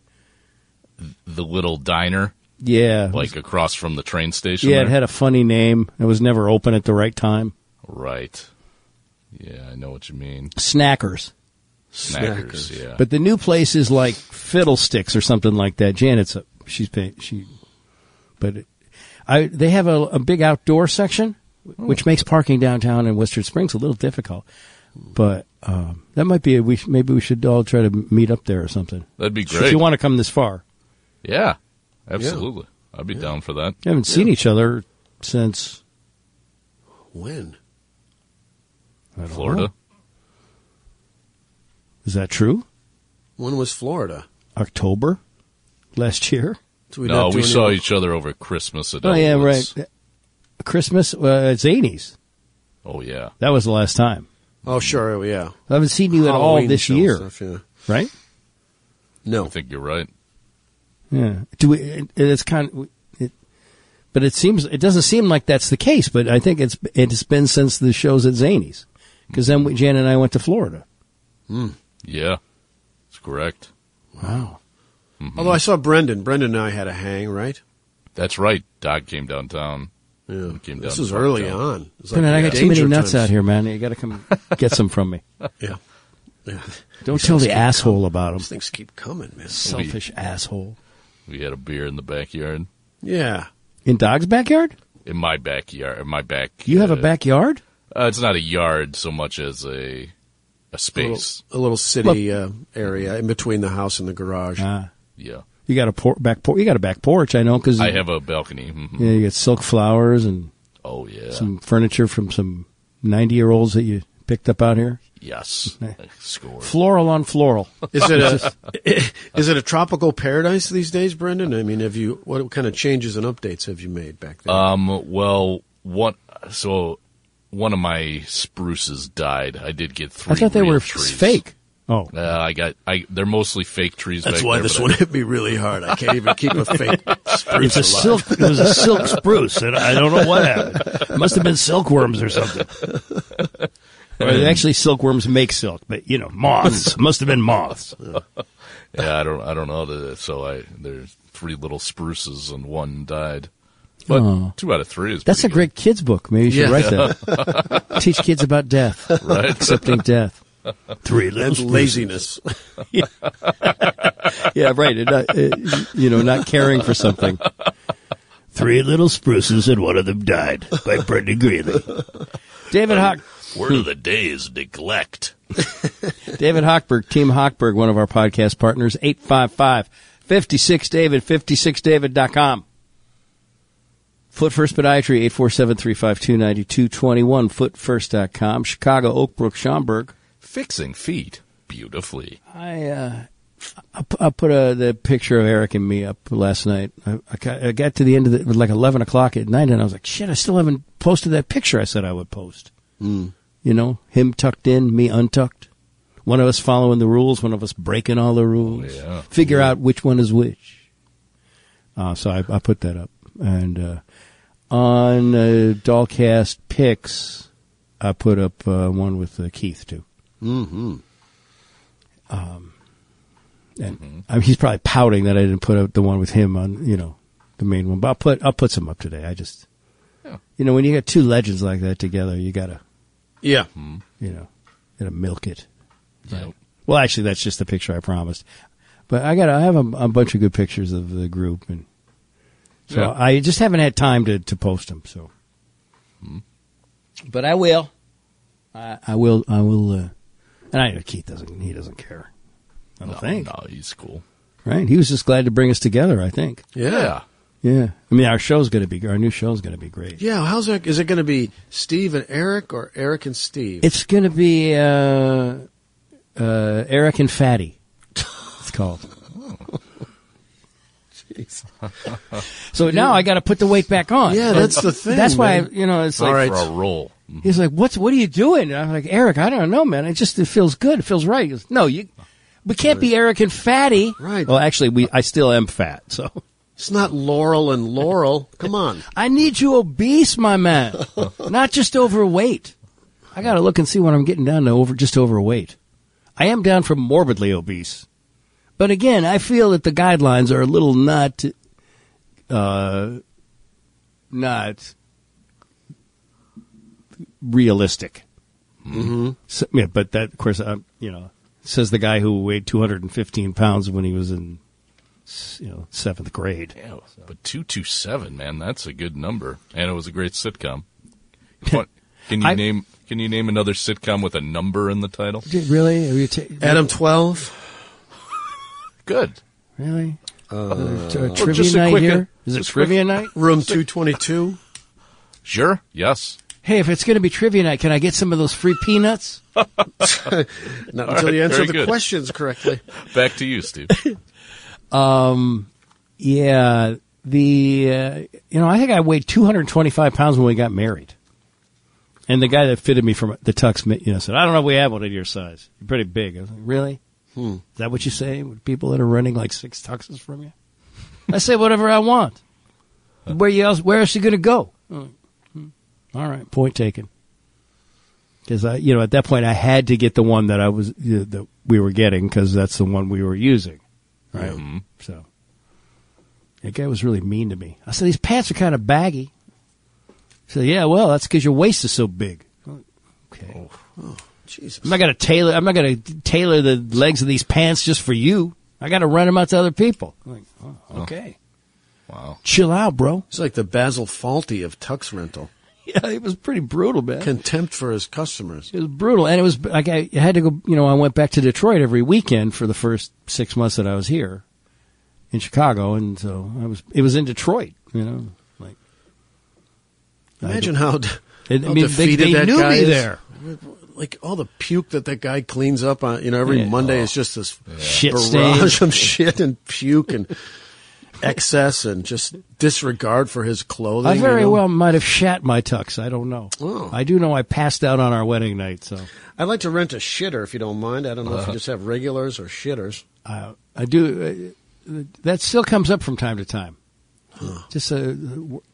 The little diner.
Yeah.
Like across from the train station.
yeah,
there?
it had a funny name. It was never open at the right time.
Right. Yeah, I know what you mean.
Snackers.
Snackers, Snackers. yeah.
But the new place is like Fiddlesticks or something like that. Janet's up. She's paying. She, but it, I they have a, a big outdoor section,
Oh.
which makes parking downtown in Western Springs a little difficult. But um, that might be a, we sh- maybe we should all try to meet up there or something.
That'd be
If
great.
you want to come this far,
Yeah, absolutely. I'd be down for that.
we haven't seen each other since
When?
I don't know.
Florida.
Is that true?
When was Florida?
October last year.
Do
no,
not do
we
any-
saw each other over Christmas at
Oh yeah,
Elwood's.
right. Christmas. Uh, it's eighties.
Oh yeah.
That was the last time.
Oh sure, oh, yeah.
I haven't seen you at all
Halloween
this
show
year,
stuff, yeah.
right?
No.
I think you're right.
Yeah. Do we? It, it's kind of. It, but it seems it doesn't seem like that's the case. But I think it's it's been since the shows at Zany's, because then we, Jan and I went to Florida.
Yeah. That's correct.
Wow.
Although I saw Brendan. Brendan and I had a hang, right?
That's right. Doug came downtown.
Yeah.
Came
This
down
was
to
early
downtown.
on. It was
Brendan, I
the
got too many
danger
nuts
times.
out here, man. You got to come get some from me.
Yeah. yeah.
(laughs) Don't tell the asshole about
Those
them.
things keep coming, man.
Selfish asshole.
We had a beer in the backyard.
Yeah.
In Dog's backyard?
In my backyard. In my back.
You have a backyard?
Uh, it's not a yard so much as a a space.
A little city uh, area in between the house and the garage.
Ah.
Yeah.
You got a por- back porch. You got a back porch. I know because
I have a balcony. hmm
Yeah, you get silk flowers and
Oh yeah.
some furniture from some 90 year olds that you picked up out here. (laughs)
Yes.
Yeah.
Score.
Floral on floral.
Is it a (laughs) is it a tropical paradise these days, Brendan? I mean, have you what kind of changes and updates have you made back then?
Um. Well, what? So, one of my spruces died. I did get three.
I thought they
real
were
trees.
fake. Oh,
Uh, I got. I. They're mostly fake trees.
That's
back
why
there,
this
but
one
I-
hit me really hard. I can't even (laughs) keep a fake spruce
It's a
alive.
silk. It was a silk spruce, and I don't know what happened. It must have been silkworms or something.
Or actually, silkworms make silk, but you know,
Moths must have been moths.
Yeah. I don't. I don't know. The- So I. There's three little spruces and one died. But
Oh.
two out of three is
that's a
pretty
great kids book. Maybe you should
Yeah.
write that. Teach kids about death,
good, right.
accepting death.
Three little
That's laziness.
Yeah, right. And, uh, uh, you know, not caring for something.
three little spruces, and one of them died by Brendan Greeley.
David Hock,
Word of the day is neglect.
David Hochberg, Team Hochberg, one of our podcast partners, 855 56 David, 56David.com. Foot First Podiatry, 847 352 9221, footfirst.com, Chicago, Oakbrook, Schaumburg.
Fixing feet beautifully.
I, uh, I, pu- I put uh the picture of Eric and me up last night. I, I, got, I got to the end of the, it was like 11 o'clock at night and I was like, shit, I still haven't posted that picture I said I would post.
Hmm.
You know, him tucked in, me untucked. One of us following the rules, one of us breaking all the rules.
Oh, Yeah.
Figure out which one is which. Uh, so I, I put that up. And uh, on uh, Dollcast Picks, I put up uh, one with uh, Keith, too. Mm-hmm. Um, and I mean, he's probably pouting that I didn't put up the one with him on, you know, the main one. But I'll put, I'll put some up today. I just,
Yeah.
you know, when you got two legends like that together, you got to
Yeah.
you know, gotta milk it.
Yep.
Well, actually, that's just the picture I promised. But I got I have a, a bunch of good pictures of the group, and so
Yeah.
I just
Mm-hmm.
haven't had time to to post them. So, but I will. I, I will. I will. Uh, and I, Keith doesn't. He doesn't care. I don't
No,
think.
No, he's cool.
Right? He was just glad to bring us together. I think.
Yeah.
Yeah. I mean, our show's going to be. Our new show's going to be great.
Yeah, how's that? Is it going to be Steve and Eric or Eric and Steve?
It's going to be uh, uh, Eric and Fatty. It's called. (laughs) So now I got to put the weight back on.
Yeah, that's the thing,
That's why
man.
I, you know it's
All
like
right.
For a roll.
He's like, "What's what are you doing?" And I'm like, "Eric, I don't know, man. It just it feels good. It feels right." He goes, "No, you, we can't be Eric and Fatty."
Right.
Well, actually, we I still am fat, so
It's not Laurel and Laurel. Come on.
I need you obese, my
(laughs)
man, not just overweight. I got to look and see what I'm getting down to over just overweight. I am down from morbidly obese, but again, I feel that the guidelines are a little not, uh, not realistic.
Mm-hmm.
So, yeah, but that, of course, um, you know, says the guy who weighed 215 pounds when he was in, s- you know, seventh grade.
Yeah, but two two seven, man, that's a good number, and it was a great sitcom. (laughs) What can you
I-
name? Can you name another sitcom with a number in the title?
Really? Are you ta-
Adam 12.
Good.
Really? Uh,
Or just trivia a night quick- here? Is it just trivia quick-
night?
Room (laughs) 222.
Sure. Yes.
Hey, if it's going to be trivia night, can I get some of those free peanuts?
Not
All
until
right,
you answer
very
the
good.
questions correctly.
Back to you, (laughs) Steve.
Um, yeah, the uh, you know I think I weighed 225 pounds when we got married, and the guy that fitted me from the tux, mi- you know, said, "I don't know if we have one in your size. You're pretty big." I was like, "Really?
Hmm.
Is that what you say with people that are running like six tuxes from you?" (laughs) I say whatever I want. Where you else? Where is she going to go? Hmm. All right, point taken. Because I, you know, at that point, I had to get the one that I was that we were getting because that's the one we were using, right? So that guy was really mean to me. I said these pants are kind of baggy. He said, "Yeah, well, that's because your waist is so big." Okay.
Oh,
Oh.
Jesus.
I'm not gonna tailor. I'm not gonna tailor the legs of these pants just for you. I got to run them out to other people. I'm like, oh, okay,
Wow.
chill out, bro.
It's like the Basil Fawlty of Tux Rental.
(laughs) Yeah, it was pretty brutal, man.
Contempt for his customers.
It was brutal, and it was like I had to go. You know, I went back to Detroit every weekend for the first six months that I was here in Chicago, and so I was. It was in Detroit, you know. Like,
Imagine how, d-
It- I
how
mean, they-
defeated
they
that
knew
guy
me
is.
there.
Like all the puke that that guy cleans up on, you know, every
Yeah.
Monday is just this
Shit
barrage
stain.
of (laughs) shit and puke and excess and just disregard for his clothing.
I very
you know?
well might have shat my tux. I don't know.
Oh.
I do know I passed out on our wedding night, so
I'd like to rent a shitter if you don't mind. I don't know if
Uh-huh.
you just have regulars or shitters.
I, Uh, I do. Uh, that still comes up from time to time. Just a,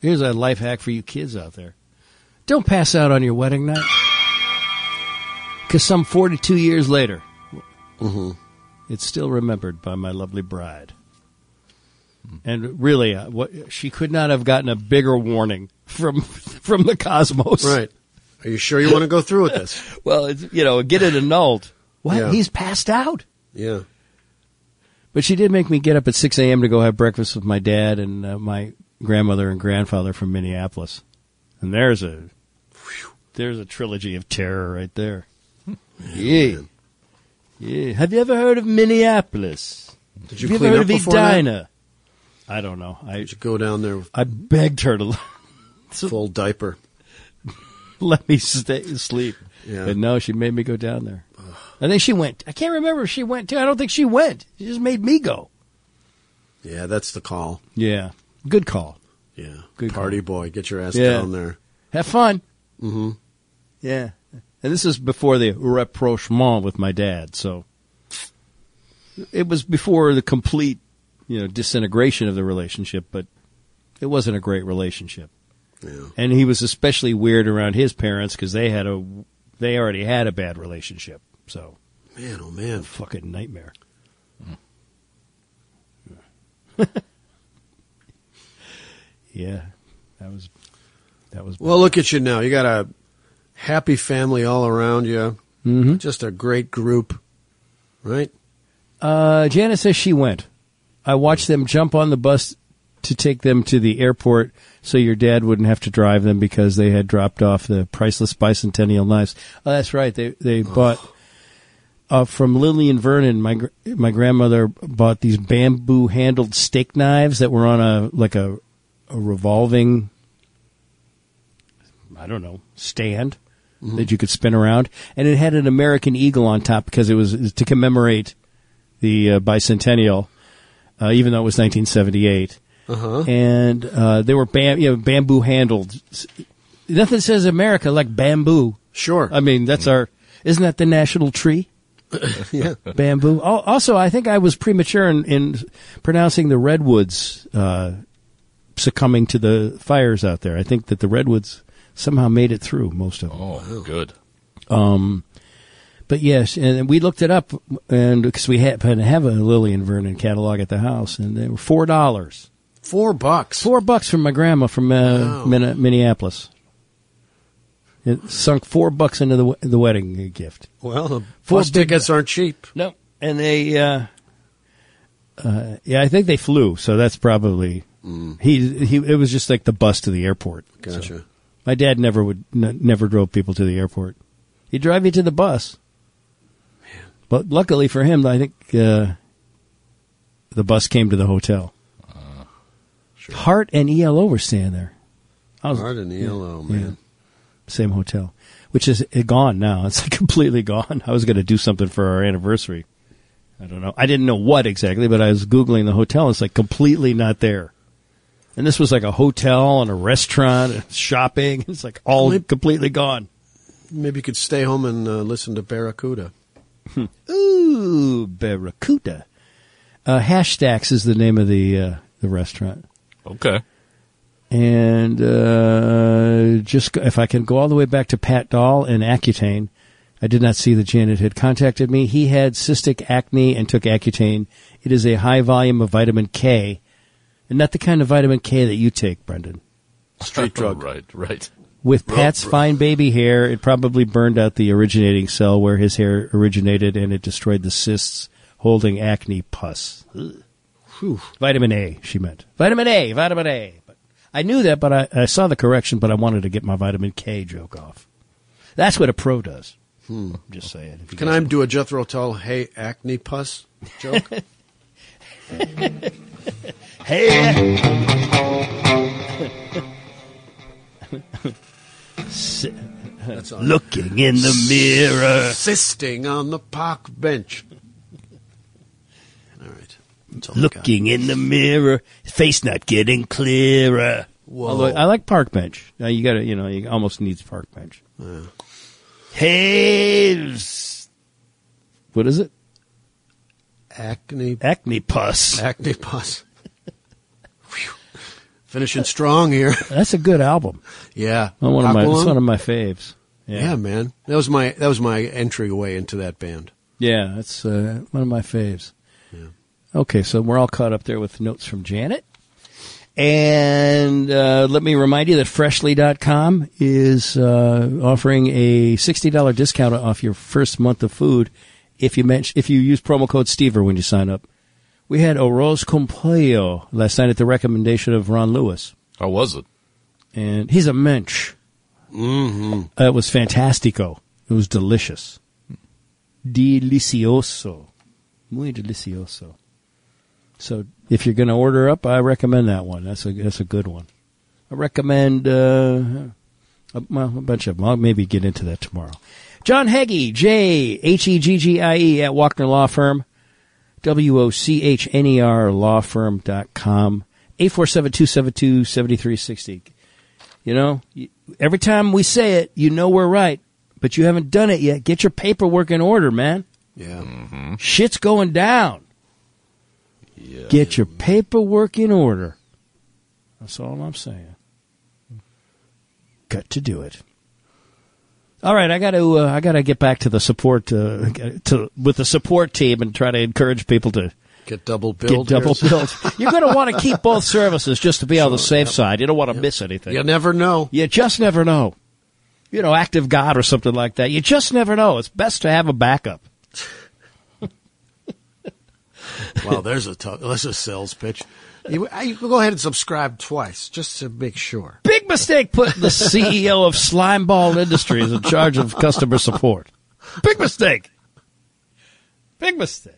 here's a life hack for you kids out there: don't pass out on your wedding night, because some 42 years later,
Mm-hmm.
it's still remembered by my lovely bride. And really, uh, what she could not have gotten a bigger warning from (laughs) from the cosmos.
Right. Are you sure you want to go through with this?
Well, it's, you know, get it annulled. What?
Yeah.
He's passed out.
Yeah.
But she did make me get up at 6 a.m. to go have breakfast with my dad and uh, my grandmother and grandfather from Minneapolis. And there's a there's a trilogy of terror right
(laughs)
there. Yeah. Yeah. Have you ever heard of Minneapolis? Have
Did
you ever
clean
heard
up
of
before that?
Edina? I don't know. I
Did you go down there with
I begged her to (laughs)
full diaper?
let me stay sleep.
Yeah.
But no, she made me go down there. I think she went. I can't remember if she went too. I don't think she went. She just made me go.
Yeah, that's the call.
Yeah. Good call.
Yeah.
Good
Party boy, get your ass
Yeah.
down there.
Have fun.
Mm-hmm.
Yeah. And this is before the rapprochement with my dad, so it was before the complete, you know, disintegration of the relationship, but it wasn't a great relationship.
Yeah.
And he was especially weird around his parents cuz they had a they already had a bad relationship. So,
Man, oh man.
fucking nightmare. yeah. That was that was
Well, look at you now. You got a happy family all around you.
Mhm.
Just a great group, right?
Uh, Janice says she went. I watched them jump on the bus to take them to the airport so your dad wouldn't have to drive them because they had dropped off the priceless bicentennial knives. Oh, that's right. They they bought uh, from Lillian Vernon. My gr- my grandmother bought these bamboo handled steak knives that were on a like a a revolving I don't know stand
Mhm.
that you could spin around, and it had an American eagle on top because it was to commemorate the uh, bicentennial, uh, even though it was 1978.
Uh-huh.
And uh, they were bam- you know, bamboo handled. S- Nothing says America like bamboo.
Sure.
I mean that's our. Isn't that the national (laughs) tree?
yeah.
bamboo. Al- Also, I think I was premature in, in pronouncing the redwoods uh, succumbing to the fires out there. I think that the redwoods somehow made it through most of them.
Oh, good.
Um, but yes, and we looked it up, and because we happen to have a Lillian Vernon catalog at the house, and they were four dollars.
Four bucks.
Four bucks from my grandma from uh, Minne- Minneapolis. It sunk four bucks into the we- the wedding gift.
Well, the
Four
bus
big-
tickets aren't cheap.
No, and they. Uh, uh, yeah, I think they flew, so that's probably he. He it was just like the bus to the airport. So
Gotcha.
my dad never would n- never drove people to the airport. He'd drive you to the bus. But luckily for him, I think uh, the bus came to the hotel. Hart and ELO were staying there. I was-
Hard in the yellow,
yeah.
man.
Same hotel, which is uh, gone now. (laughs) It's completely gone. I was going to do something for our anniversary. I don't know. I didn't know what exactly, but I was googling the hotel. It's like completely not there. And this was like a hotel and a restaurant and shopping. (laughs) It's like all
Maybe-
completely gone.
Maybe you could stay home and uh, listen to Barracuda.
Ooh, Barracuda. Uh, Hash Stacks is the name of the uh, the restaurant.
Okay.
And uh, just go, if I can go all the way back to Pat Dahl and Accutane, I did not see that Janet had contacted me. He had cystic acne and took Accutane. It is a high volume of vitamin K, and not the kind of vitamin K that you take, Brendan.
(laughs)
Street drug.
right, right.
With
Bro-
Pat's
bro-
fine baby hair, it probably burned out the originating cell where his hair originated, and it destroyed the cysts holding acne pus. Whew. Vitamin A, she meant. Vitamin A, vitamin A. But I knew that, but I, I saw the correction, but I wanted to get my vitamin K joke off. That's what a pro does.
Hmm.
Just saying. If you
Can
guys-
I do a Jethro Tull, hey, acne pus
(laughs)
joke?
(laughs) Si-
That's all.
Looking in the mirror.
Sisting on the park bench.
Looking in the mirror. Face not getting clearer.
Although I like park bench. Now you got to, you know, you almost needs park bench.
Haves.
What is it?
Acne.
Acne pus.
Acne pus. Phew. Finishing strong here. (laughs)
That's a good album.
Yeah.
One of my,
Aqualung?
it's one of my faves.
yeah. man. That was my that was my entryway into that band.
Yeah, that's uh, one of my faves. Okay, so we're all caught up there with notes from Janet. And uh, let me remind you that Freshly.com is uh, offering a $60 discount off your first month of food if you mention, if you use promo code Stever when you sign up. We had Oroz Complejo last night at the recommendation of Ron Lewis.
How was it?
And he's a mensch.
Mm-hmm.
Uh, it was fantastico. It was delicious. Delicioso. Muy delicioso. So if you're going to order up, I recommend that one. That's a, that's a good one. I recommend, uh, a, well, a bunch of them. I'll maybe get into that tomorrow. John Heggie, J, E H-E-G-G-I-E at Walkner Law Firm, W-O-C-H-N-E-R law firm E dot com, 847-272-7360. You know, you- every time we say it, you know we're right, but you haven't done it yet. Get your paperwork in order, man.
Yeah.
Hmm. Shit's going down. Get your paperwork in order. That's all I'm saying. Got to do it. All right, I got to uh, I got to get back to the support uh, to with the support team and try to encourage people to
Get double billed.
get double
here.
billed. You're going to want to keep both services just to be on the safe side. You don't want to miss anything.
You never
(laughs)
know.
You just never know. You know, active God or something like that. You just never know. It's best to have a backup.
Wow, there's a tough, that's a sales pitch. You, I- you can go ahead and subscribe twice just to make sure.
Big mistake putting the CEO of Slimeball Industries in charge of customer support. Big mistake. Big mistake.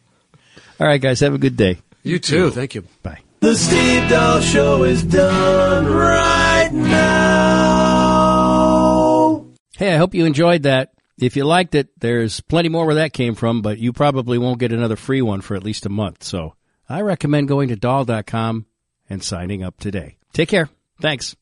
All right, guys, have a good day.
You too. Thank you.
Bye.
The Steve Dahl Show is done right now.
Hey, I hope you enjoyed that. If you liked it, there's plenty more where that came from, but you probably won't get another free one for at least a month. So I recommend going to doll.com and signing up today. Take care. Thanks.